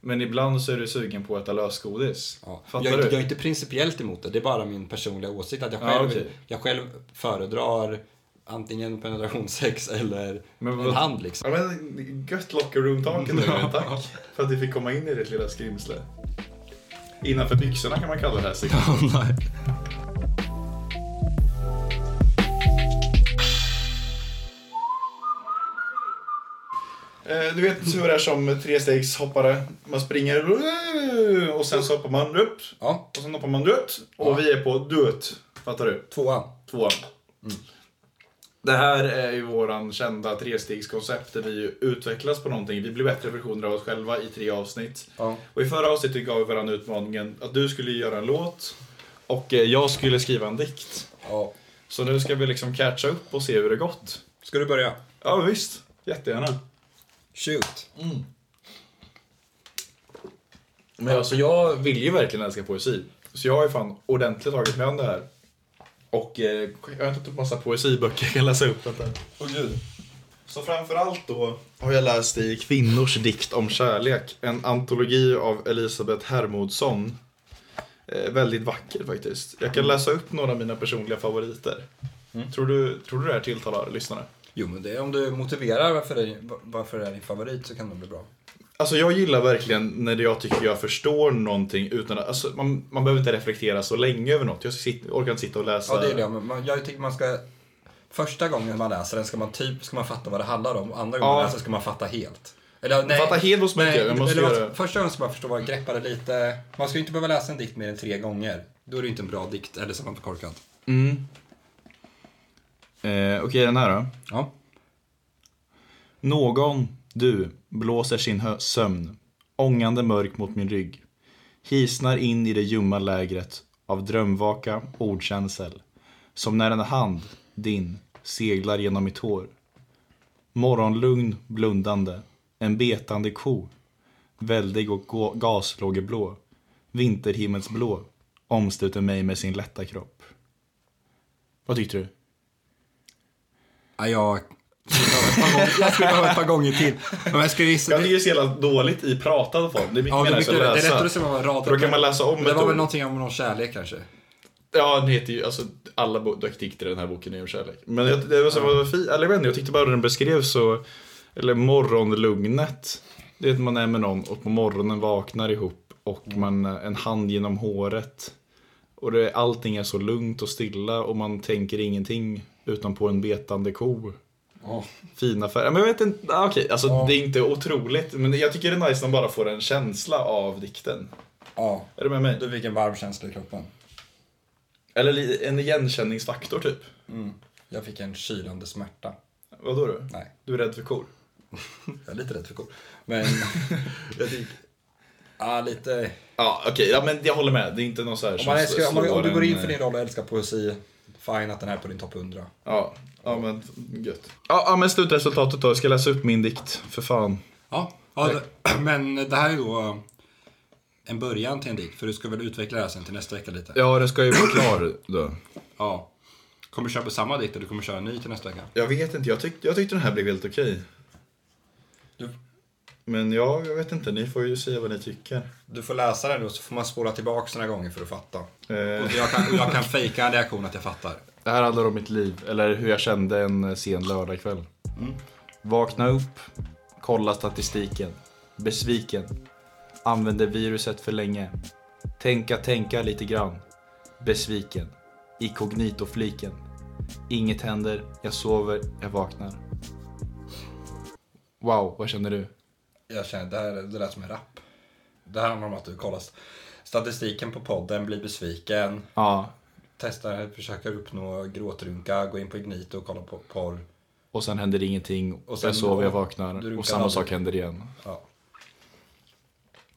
[SPEAKER 1] Men ibland så är du sugen på att äta lösgodis.
[SPEAKER 2] Ja. Jag,
[SPEAKER 1] Fattar
[SPEAKER 2] är
[SPEAKER 1] du?
[SPEAKER 2] inte- jag är inte principiellt emot det, det är bara min personliga åsikt att jag
[SPEAKER 1] Ja,
[SPEAKER 2] själv,
[SPEAKER 1] okej.
[SPEAKER 2] jag själv föredrar antingen penetrationssex eller
[SPEAKER 1] Men vad-
[SPEAKER 2] en hand liksom.
[SPEAKER 1] Ja, men gött locker room talk
[SPEAKER 2] [LAUGHS]
[SPEAKER 1] ändå. Tack för att vi fick komma in i ditt lilla skrimsle. Innanför byxorna kan man kalla det här. Sig. Eh, Du vet hur det är som trestegshoppare. Man springer och sen så hoppar man upp.
[SPEAKER 2] Ja,
[SPEAKER 1] Och sen hoppar man dött. Och vi är på dött. Fattar du?
[SPEAKER 2] tvåan.
[SPEAKER 1] Tvåan. Det här är ju våran kända trestegskoncept där vi ju utvecklas på någonting. Vi blir bättre versioner av oss själva i tre avsnitt.
[SPEAKER 2] Ja.
[SPEAKER 1] Och i förra avsnittet gav vi varandra utmaningen att du skulle göra en låt och eh, jag skulle skriva en dikt.
[SPEAKER 2] ja.
[SPEAKER 1] Så nu ska vi liksom catcha upp och se hur det gått.
[SPEAKER 2] Ska du börja?
[SPEAKER 1] Ja visst, jättegärna.
[SPEAKER 2] Shoot.
[SPEAKER 1] Men alltså jag vill ju verkligen älska poesi. Så jag har ju fan ordentligt tagit mig an det här. Och eh, jag har hämtat upp massa poesiböcker jag kan läsa upp. Vänta. Åh gud. Så framförallt då har jag läst i Kvinnors dikt om kärlek. En antologi av Elisabeth Hermodsson. Eh, väldigt vacker faktiskt. Jag kan läsa upp några av mina personliga favoriter. Tror, du, tror du det här tilltalar lyssnarna?
[SPEAKER 2] Jo, men det är om du motiverar varför det, varför det är din favorit så kan det bli bra.
[SPEAKER 1] Alltså jag gillar verkligen när jag tycker jag förstår någonting utan att, alltså man, man behöver inte reflektera så länge över något. Jag sitter, orkar inte sitta och läsa.
[SPEAKER 2] Ja, det är det. Men man, jag tycker man ska... Första gången man läser den ska man typ ska man fatta vad det handlar om. och Andra gången man
[SPEAKER 1] Ja.
[SPEAKER 2] läser ska man fatta helt. Eller, nej,
[SPEAKER 1] Fatta helt vad som
[SPEAKER 2] nej,
[SPEAKER 1] är, jag måste
[SPEAKER 2] eller man-
[SPEAKER 1] göra det.
[SPEAKER 2] Första gången ska man förstå vad greppa det lite. Man ska ju inte behöva läsa en dikt mer än tre gånger. Då är det ju inte en bra dikt, eller så är man korkad.
[SPEAKER 1] Eh, Okej, den här då.
[SPEAKER 2] Ja.
[SPEAKER 1] Någon, du, blåser sin hö- sömn, ångande mörk mot min rygg. Hisnar in i det ljumma lägret av drömvaka ordkänsel. Som när en hand, din, seglar genom mitt hår. Morgonlugn blundande, en betande ko. Väldig och gå- gaslågeblå, vinterhimmelsblå, omsluter mig med sin lätta kropp. Vad tyckte du?
[SPEAKER 2] ja jag... Jag skulle behöva ett par gånger till. Men jag skulle gissa...
[SPEAKER 1] Jag tycker det är så jävla dåligt i pratad form. Det är mycket
[SPEAKER 2] Ja, det, är
[SPEAKER 1] mer
[SPEAKER 2] mycket,
[SPEAKER 1] lättare
[SPEAKER 2] det är
[SPEAKER 1] att
[SPEAKER 2] lättare
[SPEAKER 1] läsa.
[SPEAKER 2] att se vad man radar.
[SPEAKER 1] För då kan man läsa om
[SPEAKER 2] Men det
[SPEAKER 1] ett
[SPEAKER 2] var
[SPEAKER 1] ord.
[SPEAKER 2] väl någonting om någon kärlek kanske.
[SPEAKER 1] Ja, den heter ju, alltså alla bo- dikter i den här boken är ju om kärlek. Men jag, det var så, vad var fi, eller jag vet inte, jag tyckte bara den beskrev så, eller morgonlugnet. Det är att man är med någon och på morgonen vaknar ihop
[SPEAKER 2] Mm.
[SPEAKER 1] och man, eh, en hand genom håret. Och det, allting är så lugnt och stilla och man tänker ingenting utan på en betande ko. Fina färger. Men jag vet inte, ah, okej, alltså det är inte otroligt. Men jag tycker det är nice när man bara får en känsla av dikten.
[SPEAKER 2] Ja.
[SPEAKER 1] Är du med mig?
[SPEAKER 2] Du fick en varm känsla i kroppen.
[SPEAKER 1] Eller li- en igenkänningsfaktor typ.
[SPEAKER 2] Jag fick en kylande smärta.
[SPEAKER 1] Vadå du?
[SPEAKER 2] Nej,
[SPEAKER 1] Du är rädd för kor?
[SPEAKER 2] jag är lite rädd för kor. [LAUGHS] Men jag tycker... Ja, lite...
[SPEAKER 1] Ja, okej. Ja, men jag håller med. Det är inte någon så här
[SPEAKER 2] Om,
[SPEAKER 1] som
[SPEAKER 2] man älskar, om, man, om
[SPEAKER 1] slår
[SPEAKER 2] du går in
[SPEAKER 1] en,
[SPEAKER 2] för
[SPEAKER 1] eh,
[SPEAKER 2] din roll och älskar poesi, fine att den här är på din topp 100.
[SPEAKER 1] Ja, ja men gött. Ja, ja, men slutresultatet då. Jag ska läsa upp min dikt. För fan.
[SPEAKER 2] Ja, ja det, [CLEARS THROAT] men det här är då eh, en början till en dikt, för du ska väl utveckla det här sen till nästa vecka lite?
[SPEAKER 1] Ja, den ska ju vara klar då.
[SPEAKER 2] ja. Kommer du köra på samma dikt eller du kommer köra en ny till nästa vecka?
[SPEAKER 1] Jag vet inte. Jag, tyck, jag tyckte den här blev helt okej.
[SPEAKER 2] Du,
[SPEAKER 1] Men ja, jag vet inte. Ni får ju säga vad ni tycker.
[SPEAKER 2] du får läsa den då, så får man spola tillbaka några gånger för att fatta.
[SPEAKER 1] Eh,
[SPEAKER 2] Och jag kan, och jag kan fejka en reaktion att jag fattar.
[SPEAKER 1] det här handlar om mitt liv. Eller hur jag kände en eh, sen lördagkväll.
[SPEAKER 2] Mm.
[SPEAKER 1] Vakna upp. Kolla statistiken. Besviken. Använde viruset för länge. Tänka, tänka lite grann. Besviken. I kognitofliken. Inget händer. Jag sover. Jag vaknar. Wow, vad känner du?
[SPEAKER 2] Jag känner, det här det lät som en rap. Det här handlar om att du kollar st- statistiken på podden, blir besviken,
[SPEAKER 1] Ja,
[SPEAKER 2] testar, försöker uppnå gråtrunka, går in på Ignito och kollar på porr.
[SPEAKER 1] och sen händer ingenting.
[SPEAKER 2] Och sen-
[SPEAKER 1] jag sover, jag
[SPEAKER 2] du
[SPEAKER 1] vaknar.
[SPEAKER 2] runkar
[SPEAKER 1] Och samma
[SPEAKER 2] aldrig.
[SPEAKER 1] sak händer igen.
[SPEAKER 2] Ja.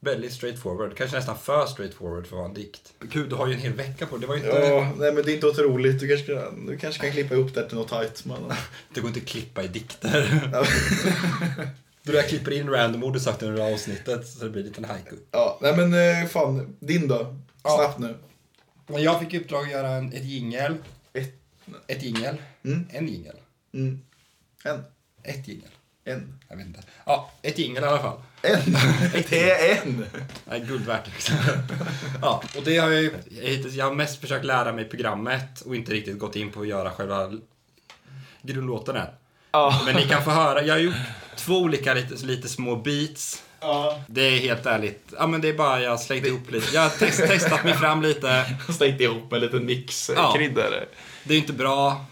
[SPEAKER 2] Väldigt straightforward, kanske nästan för straightforward för att vara en dikt. Gud, du har ju en hel vecka på dig. Det var ju inte...
[SPEAKER 1] nej men det är inte otroligt. Du kanske kan, du kanske kan klippa ihop det till något tajt.
[SPEAKER 4] [LAUGHS]
[SPEAKER 1] Man.
[SPEAKER 2] Det går inte att klippa i dikter. [LAUGHS] du där klipper in random ord du sagt under det här avsnittet så det blir en liten haiku.
[SPEAKER 1] Ja, nej men eh, fan. Din då?
[SPEAKER 2] Ja.
[SPEAKER 1] Snabbt nu.
[SPEAKER 2] Men jag fick i uppdrag att göra en, ett jingel.
[SPEAKER 1] Ett.
[SPEAKER 2] Ett jingel. En jingel.
[SPEAKER 1] Mm. En.
[SPEAKER 2] Ett jingel.
[SPEAKER 1] En.
[SPEAKER 2] Jag vet inte. Ja, ett jingel i alla fall.
[SPEAKER 4] [LAUGHS]
[SPEAKER 1] En. Det är en.
[SPEAKER 2] Nej, guld
[SPEAKER 1] [LAUGHS]
[SPEAKER 2] värt. liksom. ja, och det har jag ju... jag hittills- Jag har mest försökt lära mig programmet och inte riktigt gått in på att göra själva l- grundlåten än.
[SPEAKER 1] Ja.
[SPEAKER 2] Men ni kan få höra. Jag har gjort två olika lite, lite små beats.
[SPEAKER 1] Ja.
[SPEAKER 2] Det är helt ärligt. Ja, men det är bara jag har slängt ihop lite. Jag har test, testat mig fram lite.
[SPEAKER 1] Slängde ihop en liten mix
[SPEAKER 2] Ja.
[SPEAKER 1] kryddare.
[SPEAKER 2] Det är inte bra.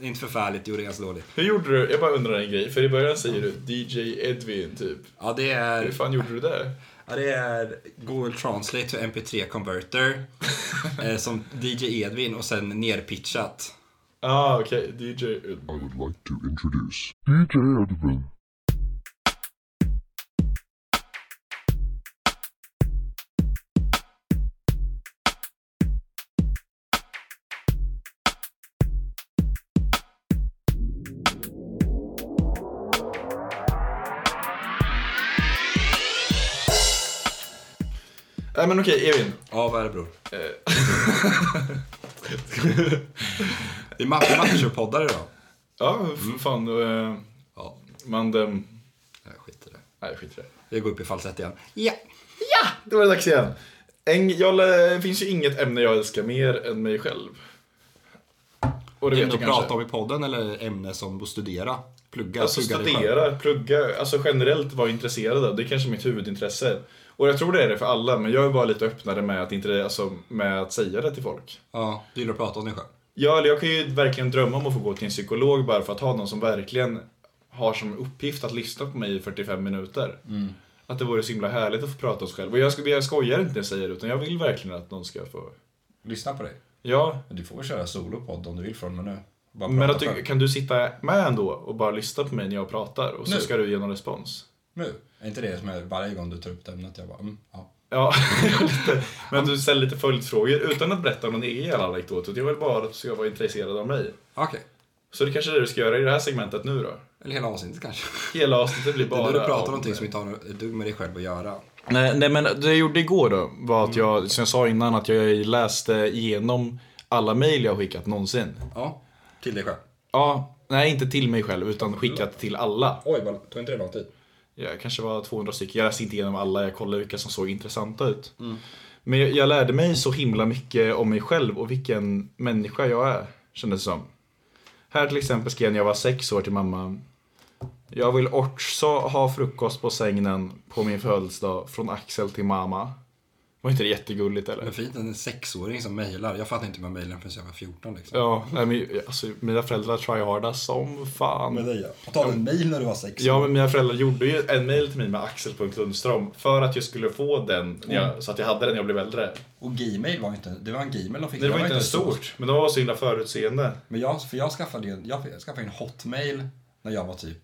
[SPEAKER 2] Inte förfärligt, gjorde ganska dåligt.
[SPEAKER 4] Hur gjorde du? Jag bara undrar en grej. För i början säger du DJ Edvin typ.
[SPEAKER 2] Ja, det
[SPEAKER 4] Hur
[SPEAKER 2] är,
[SPEAKER 4] fan gjorde du det?
[SPEAKER 2] ja, det är Google Translate to MP3
[SPEAKER 4] [LAUGHS]
[SPEAKER 2] Converter eh, som DJ Edvin och sen nerpitchat.
[SPEAKER 4] Ah, okej. DJ Edvin.
[SPEAKER 5] I would like to introduce DJ Edvin.
[SPEAKER 4] Nej men okej, Edvin.
[SPEAKER 2] Ja, vad är det bror?
[SPEAKER 4] Eh.
[SPEAKER 2] Det är ma- matcherpoddar idag.
[SPEAKER 4] Ja, f- fan. Då, eh,
[SPEAKER 2] Mm. Ja,
[SPEAKER 4] man... ehm,
[SPEAKER 2] jag skiter i det.
[SPEAKER 4] Nej, skit i det.
[SPEAKER 2] Jag går upp i falsett igen. Ja!
[SPEAKER 4] Ja, då var det dags igen. En, jag, det finns ju inget ämne jag älskar mer än mig själv. Och det
[SPEAKER 2] Det är
[SPEAKER 4] vet
[SPEAKER 2] ämne
[SPEAKER 4] du
[SPEAKER 2] att
[SPEAKER 4] kanske.
[SPEAKER 2] prata om i podden eller ämne som att studera? Plugga,
[SPEAKER 4] Alltså
[SPEAKER 2] plugga dig själv.
[SPEAKER 4] studera, plugga, alltså generellt vara intresserad av. Det är kanske mitt huvudintresse. Och jag tror det är det för alla, men jag är bara lite öppnare med att, inte, alltså, med att säga det till folk.
[SPEAKER 2] Ja, du gillar att prata om dig själv.
[SPEAKER 4] Ja, eller jag kan ju verkligen drömma om att få gå till en psykolog bara för att ha någon som verkligen har som uppgift att lyssna på mig i 45 minuter.
[SPEAKER 2] Mm.
[SPEAKER 4] Att det vore så himla härligt att få prata om sig själv. Och jag, ska, jag skojar inte när jag säger det, utan jag vill verkligen att någon ska få...
[SPEAKER 2] Lyssna på dig.
[SPEAKER 4] Ja,
[SPEAKER 2] Du får väl köra solopodd om du vill från och med nu. Bara
[SPEAKER 4] men
[SPEAKER 2] prata
[SPEAKER 4] att du,
[SPEAKER 2] själv.
[SPEAKER 4] kan du sitta med ändå och bara lyssna på mig när jag pratar och så
[SPEAKER 2] Nu.
[SPEAKER 4] ska du ge någon respons?
[SPEAKER 2] Nu? Är inte det som är varje gång du tar upp det ämnet? Jag bara, mm, ja.
[SPEAKER 4] Ja, [LAUGHS] lite. men du ställer lite följdfrågor utan att berätta om någon egen anekdot. utan Jag vill bara att du ska vara intresserad av mig.
[SPEAKER 2] Okej.
[SPEAKER 4] Så det kanske är det du ska göra i det här segmentet nu då.
[SPEAKER 2] Eller hela avsnittet kanske.
[SPEAKER 4] Hela avsnittet blir bara
[SPEAKER 2] Bara du pratar
[SPEAKER 4] om-
[SPEAKER 2] om någonting som inte har något- du med dig själv att göra.
[SPEAKER 4] Nej, nej men det jag gjorde igår då var att jag, som jag sa innan, att jag läste igenom alla mejl jag skickat någonsin.
[SPEAKER 2] Ja. Till dig själv.
[SPEAKER 4] Ja, nej inte till mig själv utan skickat till alla.
[SPEAKER 2] Oj, vad- tog inte det lång tid?
[SPEAKER 4] Jag kanske var 200 stycken, jag läste inte igenom alla, jag kollade vilka som såg intressanta ut. Men jag, jag lärde mig så himla mycket om mig själv och vilken människa jag är, kändes det som. Här till exempel skrev jag när jag var sex år till mamma. Jag vill också ha frukost på sängen på min födelsedag från Axel till mamma. Var inte det jättegulligt eller?
[SPEAKER 2] Men fint, en sexåring som mejlar. Jag fattar inte med mejlen förrän jag var 14 liksom.
[SPEAKER 4] Ja, nej, men, alltså, mina föräldrar tryharda som fan.
[SPEAKER 2] dig ja. Ta en mejl när du var sex.
[SPEAKER 4] Ja, men mina föräldrar gjorde ju en mail till mig med axel.lundström för att jag skulle få den, när jag, så att jag hade den när jag blev äldre. Nej,
[SPEAKER 2] Och gmail var inte, det var en gmail de fick.
[SPEAKER 4] det var inte ens
[SPEAKER 2] så-
[SPEAKER 4] stort, men de var så himla förutseende.
[SPEAKER 2] Men jag, för jag skaffade ju en, jag skaffade en hotmail när jag var typ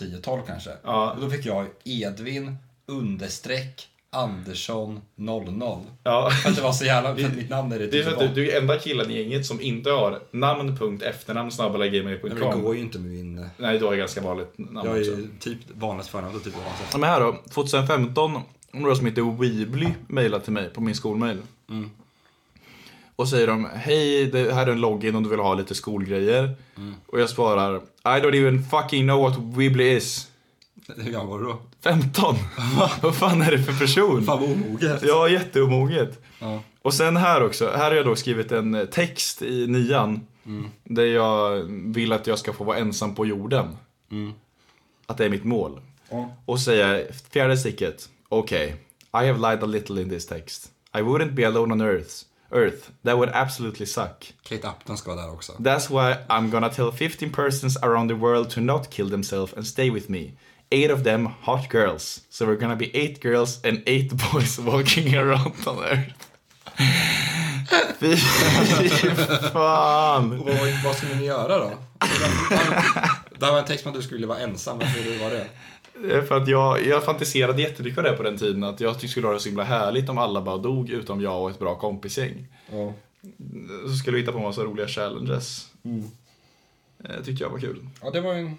[SPEAKER 2] 10-12 kanske.
[SPEAKER 4] Ja.
[SPEAKER 2] Och då fick jag Edvin understreck Andersson 00.
[SPEAKER 4] Ja.
[SPEAKER 2] För att det var så jävla, för att mitt namn är det
[SPEAKER 4] Det är för
[SPEAKER 2] typ
[SPEAKER 4] att du, du är enda killen i gänget som inte har namn.efternamn snabbla
[SPEAKER 2] Men det
[SPEAKER 4] gmail.com.
[SPEAKER 2] går ju inte med min... eh,
[SPEAKER 4] Nej, du har ju ganska vanligt namn
[SPEAKER 2] Jag är
[SPEAKER 4] också.
[SPEAKER 2] ju typ vanligt förnamn och typ vanligt
[SPEAKER 4] Ja, Men här då, 2015, några som heter Weebly mejlade till mig på min skolmail. Och säger de, hej det här är en login om du vill ha lite skolgrejer. Och jag svarar, I don't even fucking know what Weebly is.
[SPEAKER 2] [LAUGHS] Hur gammal var du då?
[SPEAKER 4] 15? [LAUGHS] Vad fan är det för person?
[SPEAKER 2] Fan vad omoget.
[SPEAKER 4] Ja, jätteomoget.
[SPEAKER 2] Ja.
[SPEAKER 4] Och sen här också, här har jag då skrivit en eh, text i nian. Där jag vill att jag ska få vara ensam på jorden. Att det är mitt mål.
[SPEAKER 2] Ja.
[SPEAKER 4] Och säga, fjärde sticket, okej, I have lied a little in this text. I wouldn't be alone on earth. Earth, that would absolutely suck.
[SPEAKER 2] Kate Upton ska vara där också.
[SPEAKER 4] That's why I'm gonna tell 15 persons around the world to not kill themselves and stay with me. Eight of them hot girls. So we're gonna be eight girls and eight boys [LAUGHS] walking around on earth. [LAUGHS] Fy fan.
[SPEAKER 2] Vad, vad skulle ni göra då? [LAUGHS] Det här var en text om att du skulle vara ensam, varför var det?
[SPEAKER 4] Det är För att jag, jag fantiserade jättemycket om det på den tiden. Att jag tyckte det skulle vara så himla härligt om alla bara dog utom jag och ett bra kompisgäng.
[SPEAKER 2] Ja.
[SPEAKER 4] Så skulle vi hitta på en massa roliga challenges. Det tyckte jag var kul.
[SPEAKER 2] ja, det var ju en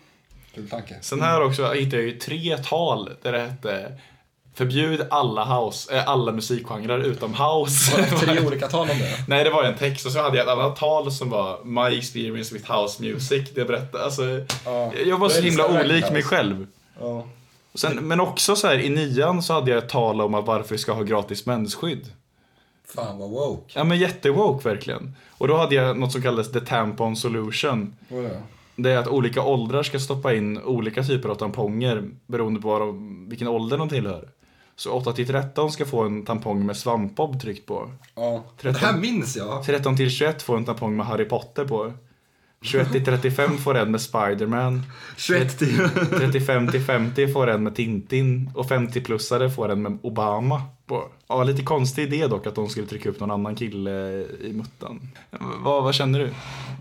[SPEAKER 2] kul tanke.
[SPEAKER 4] Sen här också hittade jag ju tre tal där det hette Förbjud alla, house, eh, alla musikgenrer utom house.
[SPEAKER 2] Var det [LAUGHS] tre olika tal om det?
[SPEAKER 4] [LAUGHS] Nej, det var en text och så hade jag ett annat tal som var My experience with house music. Det berättade, alltså,
[SPEAKER 2] Ja.
[SPEAKER 4] Jag var så
[SPEAKER 2] Jag
[SPEAKER 4] himla
[SPEAKER 2] älskar
[SPEAKER 4] olik
[SPEAKER 2] house.
[SPEAKER 4] mig själv.
[SPEAKER 2] Ja.
[SPEAKER 4] Och Sen, men också så här i nian så hade jag ett tal om att varför vi ska ha gratis mensskydd.
[SPEAKER 2] Fan vad woke.
[SPEAKER 4] Ja men jättewoke verkligen. Och då hade jag något som kallades the tampon solution.
[SPEAKER 2] Var det?
[SPEAKER 4] Det är att olika åldrar ska stoppa in olika typer av tamponger beroende på vad de, vilken ålder de tillhör. Så 8 till 13 ska få en tampong med svampbob tryckt på.
[SPEAKER 2] Ja. Det
[SPEAKER 4] Tretton.
[SPEAKER 2] här minns jag.
[SPEAKER 4] 13 till 21 får en tampong med Harry Potter på. 21 till 35 får en med Spiderman.
[SPEAKER 2] 21 till...
[SPEAKER 4] 35 till 50 får en med Tintin. Och 50-plussare får en med Obama. På. Ja, lite konstig idé dock att de skulle trycka upp någon annan kille i muttan. Vad, vad känner du?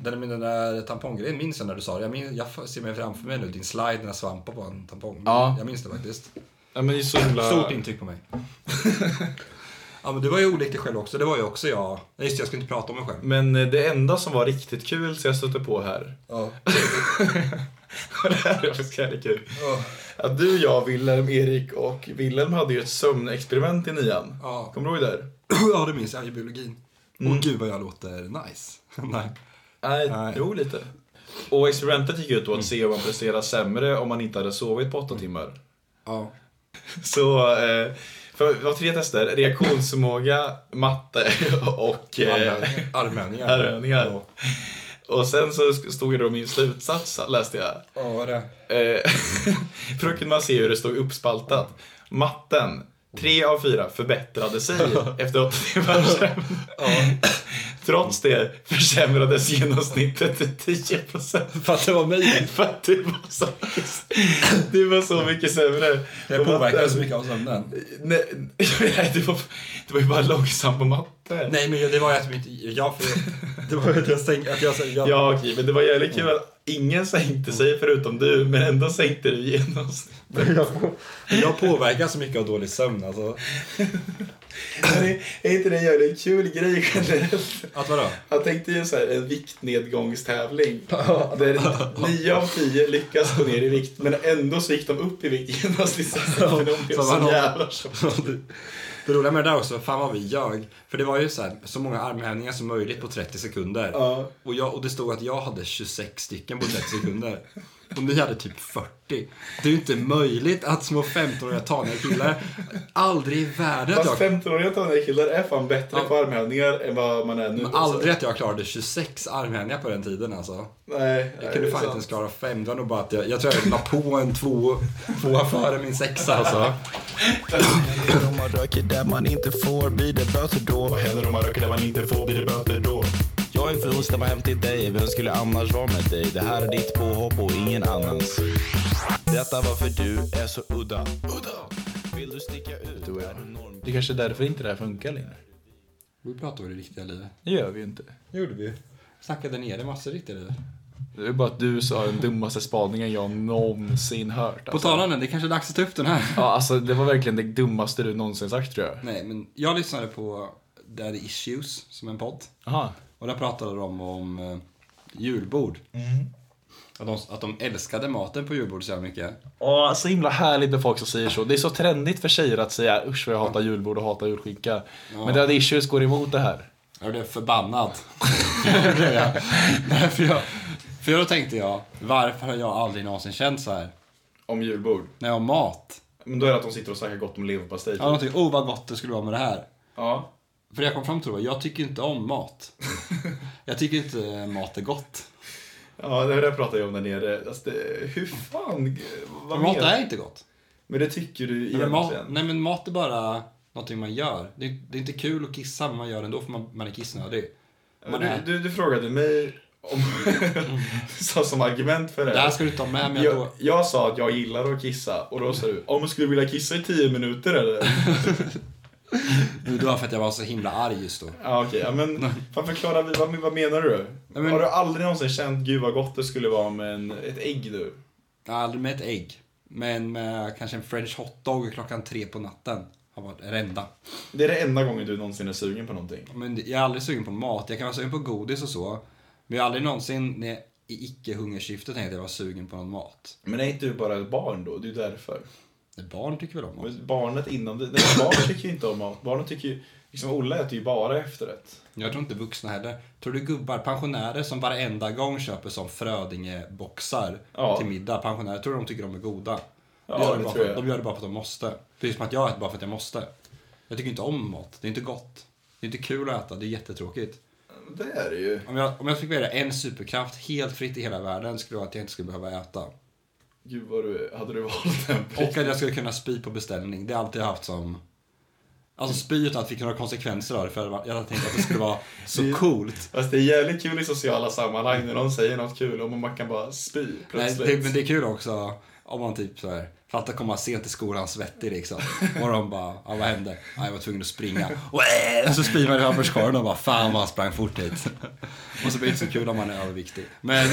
[SPEAKER 2] [LAUGHS] Den, med den där tampongrejen minns jag när du sa det. Jag, minns, jag ser mig framför mig nu, din slide när svampar på en tampong.
[SPEAKER 4] Ja.
[SPEAKER 2] Jag minns det faktiskt.
[SPEAKER 4] Ja, men det är så himla...
[SPEAKER 2] Stort intryck på mig. [LAUGHS] ja, men du var ju olik dig själv också. Det var ju också jag. Nej, just det, jag ska inte prata om mig själv.
[SPEAKER 4] Men eh, det enda som var riktigt kul så jag stötte på här.
[SPEAKER 2] Ja.
[SPEAKER 4] Och det här är faktiskt jävligt kul. Att du, jag, Wilhelm, Erik och Wilhelm hade ju ett sömnexperiment i nian.
[SPEAKER 2] Ja.
[SPEAKER 4] Kommer du ihåg det här?
[SPEAKER 2] [CLEARS THROAT] ja, det minns jag. I biologin. Och gud vad jag låter nice. [LAUGHS] Nej.
[SPEAKER 4] Nej,
[SPEAKER 2] Nej.
[SPEAKER 4] jo lite. Och experimentet gick ut på att se om man presterar sämre om man inte hade sovit på
[SPEAKER 2] Mm.
[SPEAKER 4] åtta timmar.
[SPEAKER 2] Ja.
[SPEAKER 4] Så, eh, för det var tre tester. Reaktionsförmåga, matte [LAUGHS] och eh,
[SPEAKER 2] Armhävningar. Armhävningar.
[SPEAKER 4] armhävningar. Och sen så stod det då min slutsats, läste jag.
[SPEAKER 2] Ja, vad var det?
[SPEAKER 4] Eh, [LAUGHS] för då kunde man se hur det stod uppspaltat. Matten, tre av fyra
[SPEAKER 2] [LAUGHS]
[SPEAKER 4] förbättrade sig efter åtta timmars sömn. Trots det försämrades genomsnittet till 10 procent.
[SPEAKER 2] För att det var mig.
[SPEAKER 4] För att det var så, det var så mycket sämre.
[SPEAKER 2] Jag påverkades så mycket av sömnen.
[SPEAKER 4] [LAUGHS] Nej, [LAUGHS] nej, det, var, det var ju bara långsamt på matte.
[SPEAKER 2] Nej, men det var ju att mitt... Jag, för, det [LAUGHS] var ju att jag stängde... Att jag, jag,
[SPEAKER 4] Ja, okej, men det var jävligt kul att ingen sänkte sig förutom du, men ändå sänkte du genomsnittet.
[SPEAKER 2] jag, jag påverkas så mycket av dålig sömn alltså.
[SPEAKER 4] Men Är inte det en jävligt kul grej generellt?
[SPEAKER 2] Att vadå?
[SPEAKER 4] Jag tänkte ju så här, en viktnedgångstävling. Där nio av tio lyckas gå ner i vikt, men ändå så gick de upp i vikt genomsnittligt. För de blev
[SPEAKER 2] Så
[SPEAKER 4] så
[SPEAKER 2] man-
[SPEAKER 4] jävla tjocka.
[SPEAKER 2] Det roliga med det där också, fan vad vi ljög. För det var ju så här, så många armhävningar som möjligt på 30 sekunder.
[SPEAKER 4] Ja.
[SPEAKER 2] Och, jag, och det stod att jag hade 26 stycken på 30 sekunder. Och ni hade typ 40. Det är ju inte möjligt att små 15-åriga taniga killar, aldrig i världen att
[SPEAKER 4] Fast
[SPEAKER 2] jag,
[SPEAKER 4] 15-åriga tonårskillar är fan bättre
[SPEAKER 2] Ja.
[SPEAKER 4] på armhävningar än vad man är nu.
[SPEAKER 2] aldrig att jag klarade 26 armhävningar på den tiden alltså.
[SPEAKER 4] Nej,
[SPEAKER 2] Jag kunde fan inte ens klara fem, det var nog bara att jag, jag tror jag la på en två, tvåa före min sexa alltså.
[SPEAKER 1] Om man röker där man inte får blir det böter då. Vad händer om man röker där man inte får blir det böter då. Jag är för hostar var hem till dig. Vem skulle annars vara med dig? Det här är ditt påhopp och ingen annans. Detta var för du är så udda. Udda. Vill du sticka ut? Du är norm.
[SPEAKER 4] Det är kanske är därför inte det här funkar längre.
[SPEAKER 2] Vi pratade om det riktiga livet.
[SPEAKER 4] Det gör vi ju inte.
[SPEAKER 2] Det gjorde vi. Snackade ner det massor riktiga livet.
[SPEAKER 4] Det är bara att du sa den dummaste spaningen jag någonsin hört.
[SPEAKER 2] På
[SPEAKER 4] Alltså.
[SPEAKER 2] tal om den, det kanske är dags att ta upp den här.
[SPEAKER 4] Ja, alltså det var verkligen det dummaste du någonsin sagt tror jag.
[SPEAKER 2] Nej, men jag lyssnade på Daddy Issues som en podd.
[SPEAKER 4] Aha.
[SPEAKER 2] Och där pratade de om eh, julbord. Att, de, att de älskade maten på julbord så jävla mycket.
[SPEAKER 4] Åh, så himla härligt med folk som säger så. Det är så trendigt för tjejer att säga usch vad jag hatar julbord och hatar julskinka. Men Daddy Issues går emot det här.
[SPEAKER 2] Jag blev förbannad. Det blev jag. Nej, för, jag, för då tänkte jag, varför har jag aldrig någonsin känt så här?
[SPEAKER 4] Om julbord?
[SPEAKER 2] När jag har mat.
[SPEAKER 4] Men då är det att de sitter och snackar gott om leverpastej. typ.
[SPEAKER 2] Ja, de tycker, oh vad gott det skulle vara med det här.
[SPEAKER 4] ja.
[SPEAKER 2] För jag kom fram till det, jag tycker inte om mat. Jag tycker inte eh, mat är gott.
[SPEAKER 4] Ja, det där pratade jag om där nere. Alltså, det, hur fan? Vad
[SPEAKER 2] mat
[SPEAKER 4] menar-
[SPEAKER 2] är inte gott.
[SPEAKER 4] Men det tycker du
[SPEAKER 2] Men
[SPEAKER 4] egentligen.
[SPEAKER 2] mat, nej men mat är bara någonting man gör. Det är, det är inte kul att kissa men man gör det ändå för man, man är kissnödig. Man
[SPEAKER 4] du,
[SPEAKER 2] är,
[SPEAKER 4] du, du frågade mig om, [LAUGHS] sa som argument för det.
[SPEAKER 2] Mm. det här ska du ta med men jag,
[SPEAKER 4] jag,
[SPEAKER 2] då,
[SPEAKER 4] jag sa att jag gillar att kissa och då sa du, om skulle du vilja kissa i tio minuter eller?
[SPEAKER 2] nu då för att jag var så himla arg just då.
[SPEAKER 4] Ja okej, ja, men fan förklara, vad, vad menar du?
[SPEAKER 2] men-
[SPEAKER 4] Har du aldrig någonsin känt, gud vad gott det skulle vara med en, ett ägg nu?
[SPEAKER 2] Jag har aldrig med ett ägg. Men med kanske en french hotdog klockan tre på natten. Har varit det enda.
[SPEAKER 4] Det är det enda gången du någonsin är sugen på någonting.
[SPEAKER 2] Men jag är aldrig sugen på mat. Jag kan vara sugen på godis och så. Men jag har aldrig någonsin när jag, i icke-hungersyfte tänkt att jag var sugen på någon mat.
[SPEAKER 4] Men är inte du bara ett barn då? Det är ju därför.
[SPEAKER 2] Men Barn tycker väl om mat?
[SPEAKER 4] Men Barnet inom dig, nej, barn tycker ju inte om mat. Barnet tycker ju, liksom Olle äter ju bara efterrätt.
[SPEAKER 2] Jag tror inte vuxna heller. Tror du gubbar, pensionärer som varenda gång köper som Frödinge-boxar
[SPEAKER 4] Ja.
[SPEAKER 2] till middag, pensionärer, tror du de tycker de är goda?
[SPEAKER 4] Ja,
[SPEAKER 2] de, gör
[SPEAKER 4] det
[SPEAKER 2] bara
[SPEAKER 4] tror
[SPEAKER 2] för,
[SPEAKER 4] jag.
[SPEAKER 2] de gör det bara för att de måste. Precis som att jag äter bara för att jag måste. Jag tycker inte om mat, det är inte gott. Det är inte kul att äta, det är jättetråkigt.
[SPEAKER 4] Det är det ju.
[SPEAKER 2] Om jag, om jag fick välja en superkraft helt fritt i hela världen skulle det vara att jag inte skulle behöva äta.
[SPEAKER 4] Gud vad du, hade du valt den?
[SPEAKER 2] Och att jag skulle kunna spy på beställning, det är allt jag haft som... Alltså spy utan att det fick några konsekvenser av det, för jag hade tänkt att det skulle vara så coolt.
[SPEAKER 4] Fast [LAUGHS] det är jävligt kul i sociala sammanhang när någon säger något kul och man kan bara spy
[SPEAKER 2] Nej,
[SPEAKER 4] plötsligt.
[SPEAKER 2] det, men det är kul också om man typ så här, fatta komma sent till skolan svettig liksom. Och de bara, ja, vad hände? Ja, jag var tvungen att springa. Och äh, så spyr man i papperskorgen och bara, fan vad han sprang fort hit. Och så blir det inte så kul om man är överviktig. Men,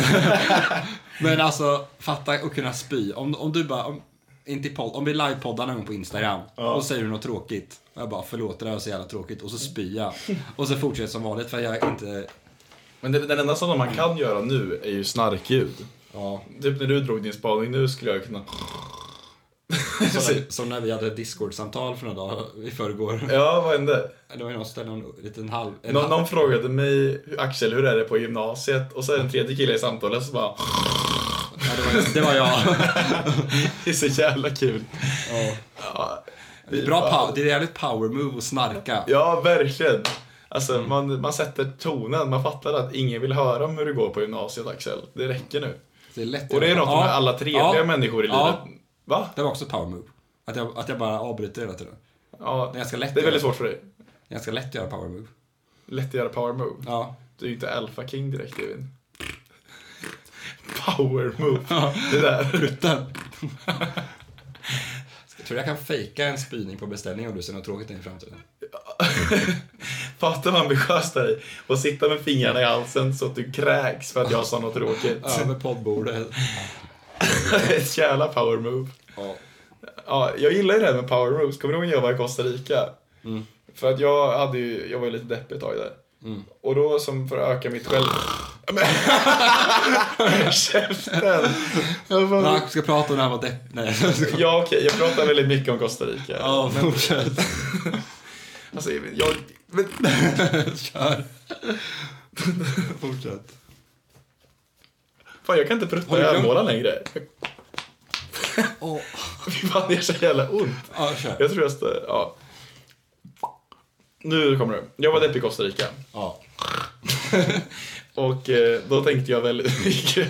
[SPEAKER 2] [LAUGHS] men alltså, fatta och kunna spy. Om, om du bara, om, inte i podd, om vi livepoddar någon gång på Instagram och säger du något tråkigt. Och jag bara, förlåt det där var så jävla tråkigt. Och så spyr jag. Och så fortsätter som vanligt för jag är inte,
[SPEAKER 4] Men det, den enda sådana man kan göra nu är ju snarkljud.
[SPEAKER 2] ja.
[SPEAKER 4] Typ när du drog din spaning nu skulle jag kunna...
[SPEAKER 2] Så, som när vi hade ett Discord-samtal för några dagar i förrgår.
[SPEAKER 4] Ja, vad hände?
[SPEAKER 2] Det var ju någon som ställde någon liten halv... En
[SPEAKER 4] Nå,
[SPEAKER 2] halv
[SPEAKER 4] någon frågade mig, Axel hur är det på gymnasiet? Och så är det en tredje kille i samtalet som bara, [LAUGHS]
[SPEAKER 2] ja, det, var, det var jag.
[SPEAKER 4] det är så jävla kul.
[SPEAKER 2] Ja.
[SPEAKER 4] Ja, vi
[SPEAKER 2] Bra
[SPEAKER 4] bara-
[SPEAKER 2] pow, det är jävligt power move att snarka.
[SPEAKER 4] Ja, verkligen. Alltså,
[SPEAKER 2] Mm.
[SPEAKER 4] man, man sätter tonen, man fattar att ingen vill höra om hur det går på gymnasiet Axel. Det räcker nu.
[SPEAKER 2] Det är lätt.
[SPEAKER 4] Och det är något
[SPEAKER 2] Ja.
[SPEAKER 4] med alla trevliga
[SPEAKER 2] Ja.
[SPEAKER 4] människor i
[SPEAKER 2] Ja.
[SPEAKER 4] livet. Va?
[SPEAKER 2] Det var också power move. Att jag, att jag bara avbryter hela tiden.
[SPEAKER 4] Ja,
[SPEAKER 2] Det är ganska lätt
[SPEAKER 4] det är
[SPEAKER 2] att
[SPEAKER 4] väldigt
[SPEAKER 2] göra.
[SPEAKER 4] svårt för dig.
[SPEAKER 2] Det är ganska lätt att göra power move.
[SPEAKER 4] Lätt att göra power move.
[SPEAKER 2] Ja.
[SPEAKER 4] Du är ju inte alpha king direkt Evin. [LAUGHS] Power move. Det där.
[SPEAKER 2] Utan. Jag [LAUGHS] tror jag kan fejka en spyning på beställning om du ser något tråkigt in i framtiden.
[SPEAKER 4] [LAUGHS] Fatta vad ambitiöst det är. Och sitta med fingrarna i halsen så att du kräks för att jag sa något tråkigt.
[SPEAKER 2] Över poddbordet.
[SPEAKER 4] [LAUGHS] Ett jävla power move.
[SPEAKER 2] Ja.
[SPEAKER 4] Ja, jag gillar ju det här med power moves. Kommer du ihåg när jag var i Costa Rica?
[SPEAKER 2] Mm.
[SPEAKER 4] För att jag, hade ju, jag var ju lite deppig ett tag där. Och då som för att öka
[SPEAKER 2] [LAUGHS]
[SPEAKER 4] mitt själv... Men- [LAUGHS] Käften! Jag bara-
[SPEAKER 2] Men Jag ska prata om det här med depp... Nej. [LAUGHS]
[SPEAKER 4] Ja, okej. Jag pratar väldigt mycket om Costa Rica.
[SPEAKER 2] Ja, fortsätt. [LAUGHS]
[SPEAKER 4] Alltså, jag... Men... [LAUGHS]
[SPEAKER 2] Kör. Fortsätt.
[SPEAKER 4] Fan, jag kan inte prutta i
[SPEAKER 2] Har du glömt-
[SPEAKER 4] ölmålan längre.
[SPEAKER 2] Åh.
[SPEAKER 4] Fy fan, det gör så jävla ont.
[SPEAKER 2] Ja, kör.
[SPEAKER 4] Jag tror jag ska... Ja. Nu kommer det. Jag var deppig i Costa Rica.
[SPEAKER 2] Ja.
[SPEAKER 4] Och eh, då tänkte jag väldigt [LAUGHS] mycket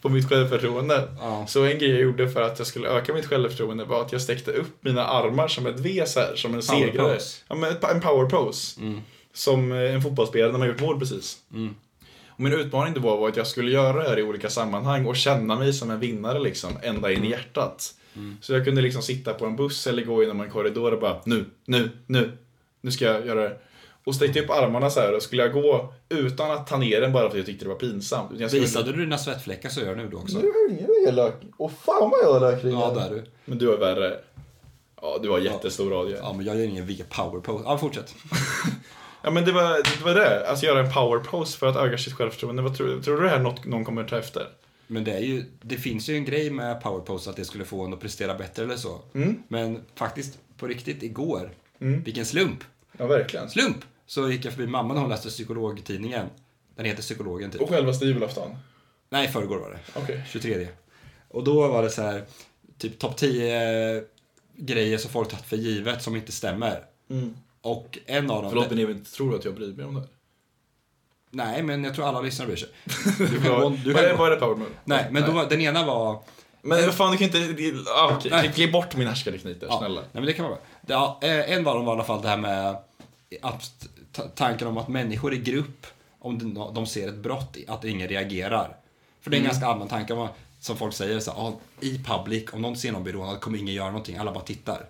[SPEAKER 4] på mitt självförtroende.
[SPEAKER 2] Ja.
[SPEAKER 4] Så en grej jag gjorde för att jag skulle öka mitt självförtroende var att jag sträckte upp mina armar som ett V så här, som en
[SPEAKER 2] Power
[SPEAKER 4] segrare.
[SPEAKER 2] pose.
[SPEAKER 4] Ja, men ett pa- en power pose. Som eh, en fotbollsspelare när man gjort mål precis. Och min utmaning då var att jag skulle göra det här i olika sammanhang och känna mig som en vinnare liksom, ända
[SPEAKER 2] Mm.
[SPEAKER 4] in i hjärtat. Så jag kunde liksom sitta på en buss eller gå genom en korridor och bara nu, nu, nu, nu ska jag göra det. Och sträckte upp armarna så här och skulle jag gå utan att ta ner den bara för att jag tyckte det var pinsamt. Utan Jag skulle... Mm.
[SPEAKER 2] Visade du dina svettfläckar så gör jag nu då också.
[SPEAKER 4] är elak. Åh fan vad jag är elak
[SPEAKER 2] Ja, där du.
[SPEAKER 4] Men du är värre. Ja, du har jättestor radio.
[SPEAKER 2] Ja, men jag gör ingen V-power pose. Ja, fortsätt.
[SPEAKER 4] Ja men det var det. Var det. Alltså göra en power pose för att öka sitt självförtroende. Vad tror, tror du det här något, någon kommer ta efter?
[SPEAKER 2] Men det, är ju, det finns ju en grej med power pose att det skulle få en att prestera bättre eller så.
[SPEAKER 4] Mm.
[SPEAKER 2] Men faktiskt, på riktigt, igår, vilken slump!
[SPEAKER 4] Ja verkligen.
[SPEAKER 2] Slump! Så gick jag förbi mamma när hon läste psykologtidningen. Den heter Psykologen typ.
[SPEAKER 4] Och självaste julafton.
[SPEAKER 2] Nej, förrgår var det.
[SPEAKER 4] Okej.
[SPEAKER 2] 23. Och då var det så här, typ topp 10 grejer som folk tagit för givet som inte stämmer. Och en av dem...
[SPEAKER 4] Mm. Förlåt men Evin, tror du att jag bryr mig om det här?
[SPEAKER 2] Nej, men jag tror alla lyssnare bryr sig.
[SPEAKER 4] Du
[SPEAKER 2] kan gå-
[SPEAKER 4] var,
[SPEAKER 2] du
[SPEAKER 4] var,
[SPEAKER 2] kan
[SPEAKER 4] det,
[SPEAKER 2] gå-
[SPEAKER 4] var det power move?
[SPEAKER 2] Nej, men då var, den ena var...
[SPEAKER 4] Men vad fan du kan inte... det- Ah, okej.
[SPEAKER 2] Nej.
[SPEAKER 4] Klipp bort min härskardeknit där,
[SPEAKER 2] Ja,
[SPEAKER 4] snälla.
[SPEAKER 2] Nej, men det kan man väl. Det- Ja, eh, en var de var i alla fall det här med abst- ta- tanken om att människor i grupp, om de- de ser ett brott, att ingen reagerar. För det är en ganska allmän tanke om, som folk säger så här, "Ah, i public, om någon ser någon bli rånad kommer ingen göra någonting, alla bara tittar.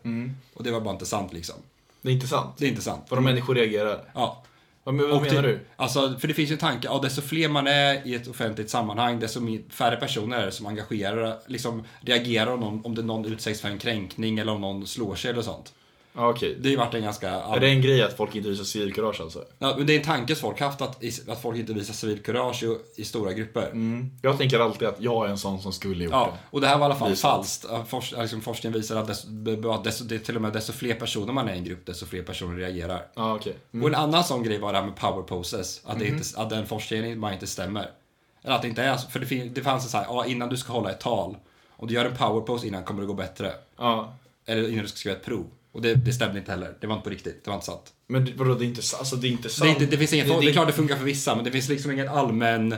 [SPEAKER 2] Och det var bara inte sant liksom.
[SPEAKER 4] Det är inte sant.
[SPEAKER 2] Det är inte sant.
[SPEAKER 4] Vad de människor reagerar.
[SPEAKER 2] Ja.
[SPEAKER 4] Vad, men- vad
[SPEAKER 2] Och
[SPEAKER 4] menar
[SPEAKER 2] det-
[SPEAKER 4] du?
[SPEAKER 2] Alltså, för det finns ju en tanke, ja, desto fler man är i ett offentligt sammanhang, desto min- färre personer är det som engagerar, liksom reagerar om, någon, om det någon utsätts för en kränkning eller om någon slår sig eller sånt.
[SPEAKER 4] Ja, okej.
[SPEAKER 2] Det har ju varit en ganska...
[SPEAKER 4] Är det en grej att folk inte visar civilkurage alltså?
[SPEAKER 2] Ja, men det är en tanke som folk haft, att, att folk inte visar civilkurage i, i stora grupper.
[SPEAKER 4] Jag tänker alltid att jag är en sån som skulle gjort
[SPEAKER 2] Ja, och det här var i alla fall
[SPEAKER 4] Visat.
[SPEAKER 2] falskt. Ja, Forsk, liksom forskningen visar att desto, att desto, det är till och med desto fler personer man är i en grupp, desto fler personer reagerar.
[SPEAKER 4] det. Ja, okej. Mm.
[SPEAKER 2] Och en annan sån grej var det här med power poses, att,
[SPEAKER 4] Mhm.
[SPEAKER 2] det inte, att den forskningen bara inte stämmer. Eller att det inte är så, för det, fin, det fanns en sån här, ja, innan du ska hålla ett tal, om du gör en power pose innan kommer det gå bättre.
[SPEAKER 4] Ja.
[SPEAKER 2] Eller innan du ska skriva ett prov. Och det, det stämde inte heller, det var inte på riktigt, det var inte sant.
[SPEAKER 4] Men det- vadå, det är inte, sa- alltså, det är inte
[SPEAKER 2] Det,
[SPEAKER 4] sant?
[SPEAKER 2] är inte, det finns ingen, det,
[SPEAKER 4] det,
[SPEAKER 2] är klart det funkar för vissa, men det finns liksom ingen allmän,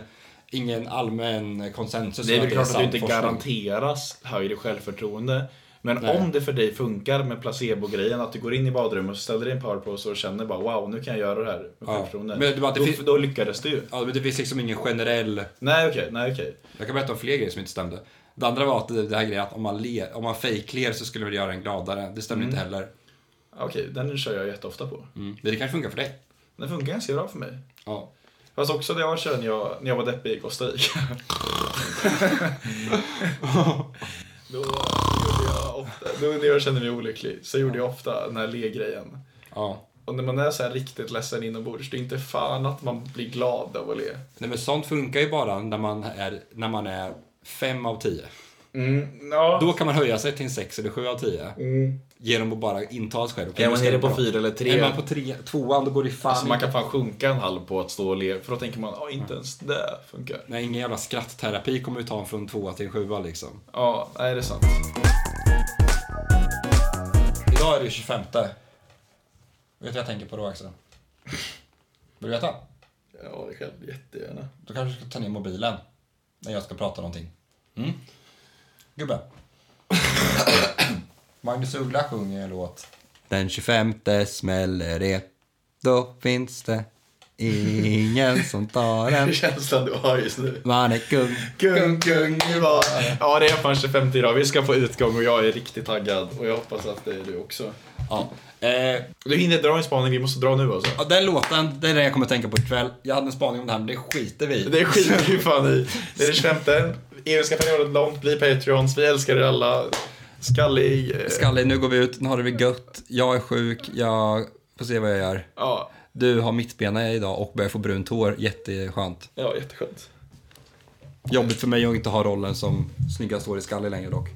[SPEAKER 2] ingen allmän konsensus.
[SPEAKER 4] det är
[SPEAKER 2] om
[SPEAKER 4] väl klart att
[SPEAKER 2] sann
[SPEAKER 4] du inte
[SPEAKER 2] forskning.
[SPEAKER 4] garanteras högre självförtroende. Men Men
[SPEAKER 2] Nej.
[SPEAKER 4] om det för dig funkar med placebo-grejen, att du går in i badrummet och ställer dig i en powerpose och känner bara wow, nu kan jag göra det här med
[SPEAKER 2] Ja.
[SPEAKER 4] sju personer.
[SPEAKER 2] Men det var att det
[SPEAKER 4] då,
[SPEAKER 2] fin-
[SPEAKER 4] då lyckades du ju.
[SPEAKER 2] Ja, men det finns liksom ingen generell...
[SPEAKER 4] Nej okej, nej okej.
[SPEAKER 2] Jag kan berätta om fler grejer som inte stämde. Det andra var att det det här grejen att om man, le, om man fejkler så skulle det göra en gladare. Det
[SPEAKER 4] Mm.
[SPEAKER 2] stämde inte heller.
[SPEAKER 4] Okej, den kör jag jätteofta på.
[SPEAKER 2] Mm. Men det kanske funkar för dig.
[SPEAKER 4] Den funkar ganska bra för mig.
[SPEAKER 2] Ja.
[SPEAKER 4] Fast också det jag kände när jag, när jag var deppig i
[SPEAKER 2] [LAUGHS]
[SPEAKER 4] Costa Rica. då, gjorde jag ofta, då när jag kände mig olycklig så gjorde jag ofta den här le-grejen.
[SPEAKER 2] ja.
[SPEAKER 4] Och när man är så här riktigt ledsen inombords, det är inte fan att man blir glad av att le.
[SPEAKER 2] Nej, men sånt funkar ju bara när man är, när man är fem av tio.
[SPEAKER 4] Mm, ja.
[SPEAKER 2] Då kan man höja sig till en sex eller sju av tio. Genom att bara intala sig själv. Okej,
[SPEAKER 4] Är
[SPEAKER 2] nu
[SPEAKER 4] man
[SPEAKER 2] ska
[SPEAKER 4] nere
[SPEAKER 2] det
[SPEAKER 4] på
[SPEAKER 2] bra.
[SPEAKER 4] fyra eller tre?
[SPEAKER 2] Är man på tre, tvåan då går det fan
[SPEAKER 4] Alltså man
[SPEAKER 2] inte.
[SPEAKER 4] kan fan sjunka en halv på att stå och le, för då tänker man, ja inte ens det funkar.
[SPEAKER 2] Nej, ingen jävla skrattterapi kommer ju ta en från tvåa till en sjua liksom.
[SPEAKER 4] Ja, nej det är sant.
[SPEAKER 2] Idag är det 25. Vet du vad jag tänker på då Axel? Vill du veta?
[SPEAKER 4] Ja, det kan jag jättegärna.
[SPEAKER 2] Då kanske du ska ta ner mobilen. När jag ska prata någonting. Mm. [COUGHS] Gubbe. Magnus Uggla sjunger en låt. Den 25 smäller det. Då finns det ingen som tar
[SPEAKER 4] Det är
[SPEAKER 2] en.
[SPEAKER 4] [LAUGHS] känslan du har just nu.
[SPEAKER 2] Man är kung.
[SPEAKER 4] Kung, kung i var. Ja, det är fan 25 idag. Vi ska på utgång och jag är riktigt taggad. Och jag hoppas att det är du också.
[SPEAKER 2] Ja. Eh,
[SPEAKER 4] Du hinner dra en spaning, vi måste dra nu alltså.
[SPEAKER 2] ja, den låten, det är den jag kommer att tänka på ikväll. Jag hade en spaning om det här men det skiter vi i.
[SPEAKER 4] Det skiter vi fan i. Det är det 25. EU ska fan göra det långt, bli Patreons. Vi älskar er alla. Skallig. eh,
[SPEAKER 2] Skalle, nu går vi ut. Nu har det gött. Jag är sjuk. Jag får se vad jag gör.
[SPEAKER 4] Ja,
[SPEAKER 2] Du har mittbena idag och börjar få brunt hår. Jätteskönt.
[SPEAKER 4] ja, jätteskönt. [LAUGHS]
[SPEAKER 2] Jobbigt för mig att inte ha rollen som snyggast hår i skalle längre dock.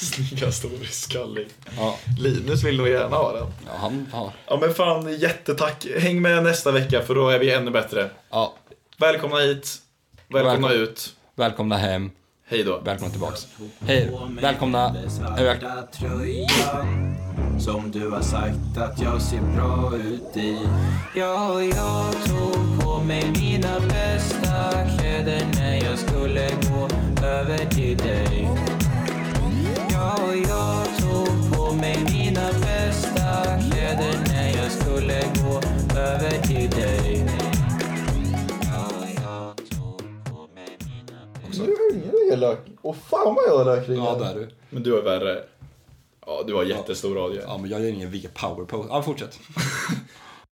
[SPEAKER 4] Snygga story, skallig.
[SPEAKER 2] Ja,
[SPEAKER 4] Linus vill nog gärna ha den.
[SPEAKER 2] ja han har...
[SPEAKER 4] Ja men fan, jättetack. Häng med nästa vecka för då är vi ännu bättre.
[SPEAKER 2] Ja,
[SPEAKER 4] Välkomna hit. Välkomna
[SPEAKER 2] Välkom-
[SPEAKER 4] ut.
[SPEAKER 2] välkomna hem.
[SPEAKER 4] Hej då.
[SPEAKER 2] Välkomna tillbaks. Hej, välkomna.
[SPEAKER 6] Den
[SPEAKER 2] Eh, väl-
[SPEAKER 6] svarta tröjan som du har sagt att jag ser bra ut i. Ja, jag tog på mig mina bästa kläder när jag skulle gå över till dig. Ja, jag tog på mig mina bästa kläder när jag skulle gå över till dig. Ja, jag tog på mig mina
[SPEAKER 4] ringer du elak. Åh fan vad jag elak ringer.
[SPEAKER 2] Ja, där är du.
[SPEAKER 4] Men du är värre. Ja, du har jättestor radio.
[SPEAKER 2] Ja, men jag gör ingen V-powerpose. Ja, fortsätt.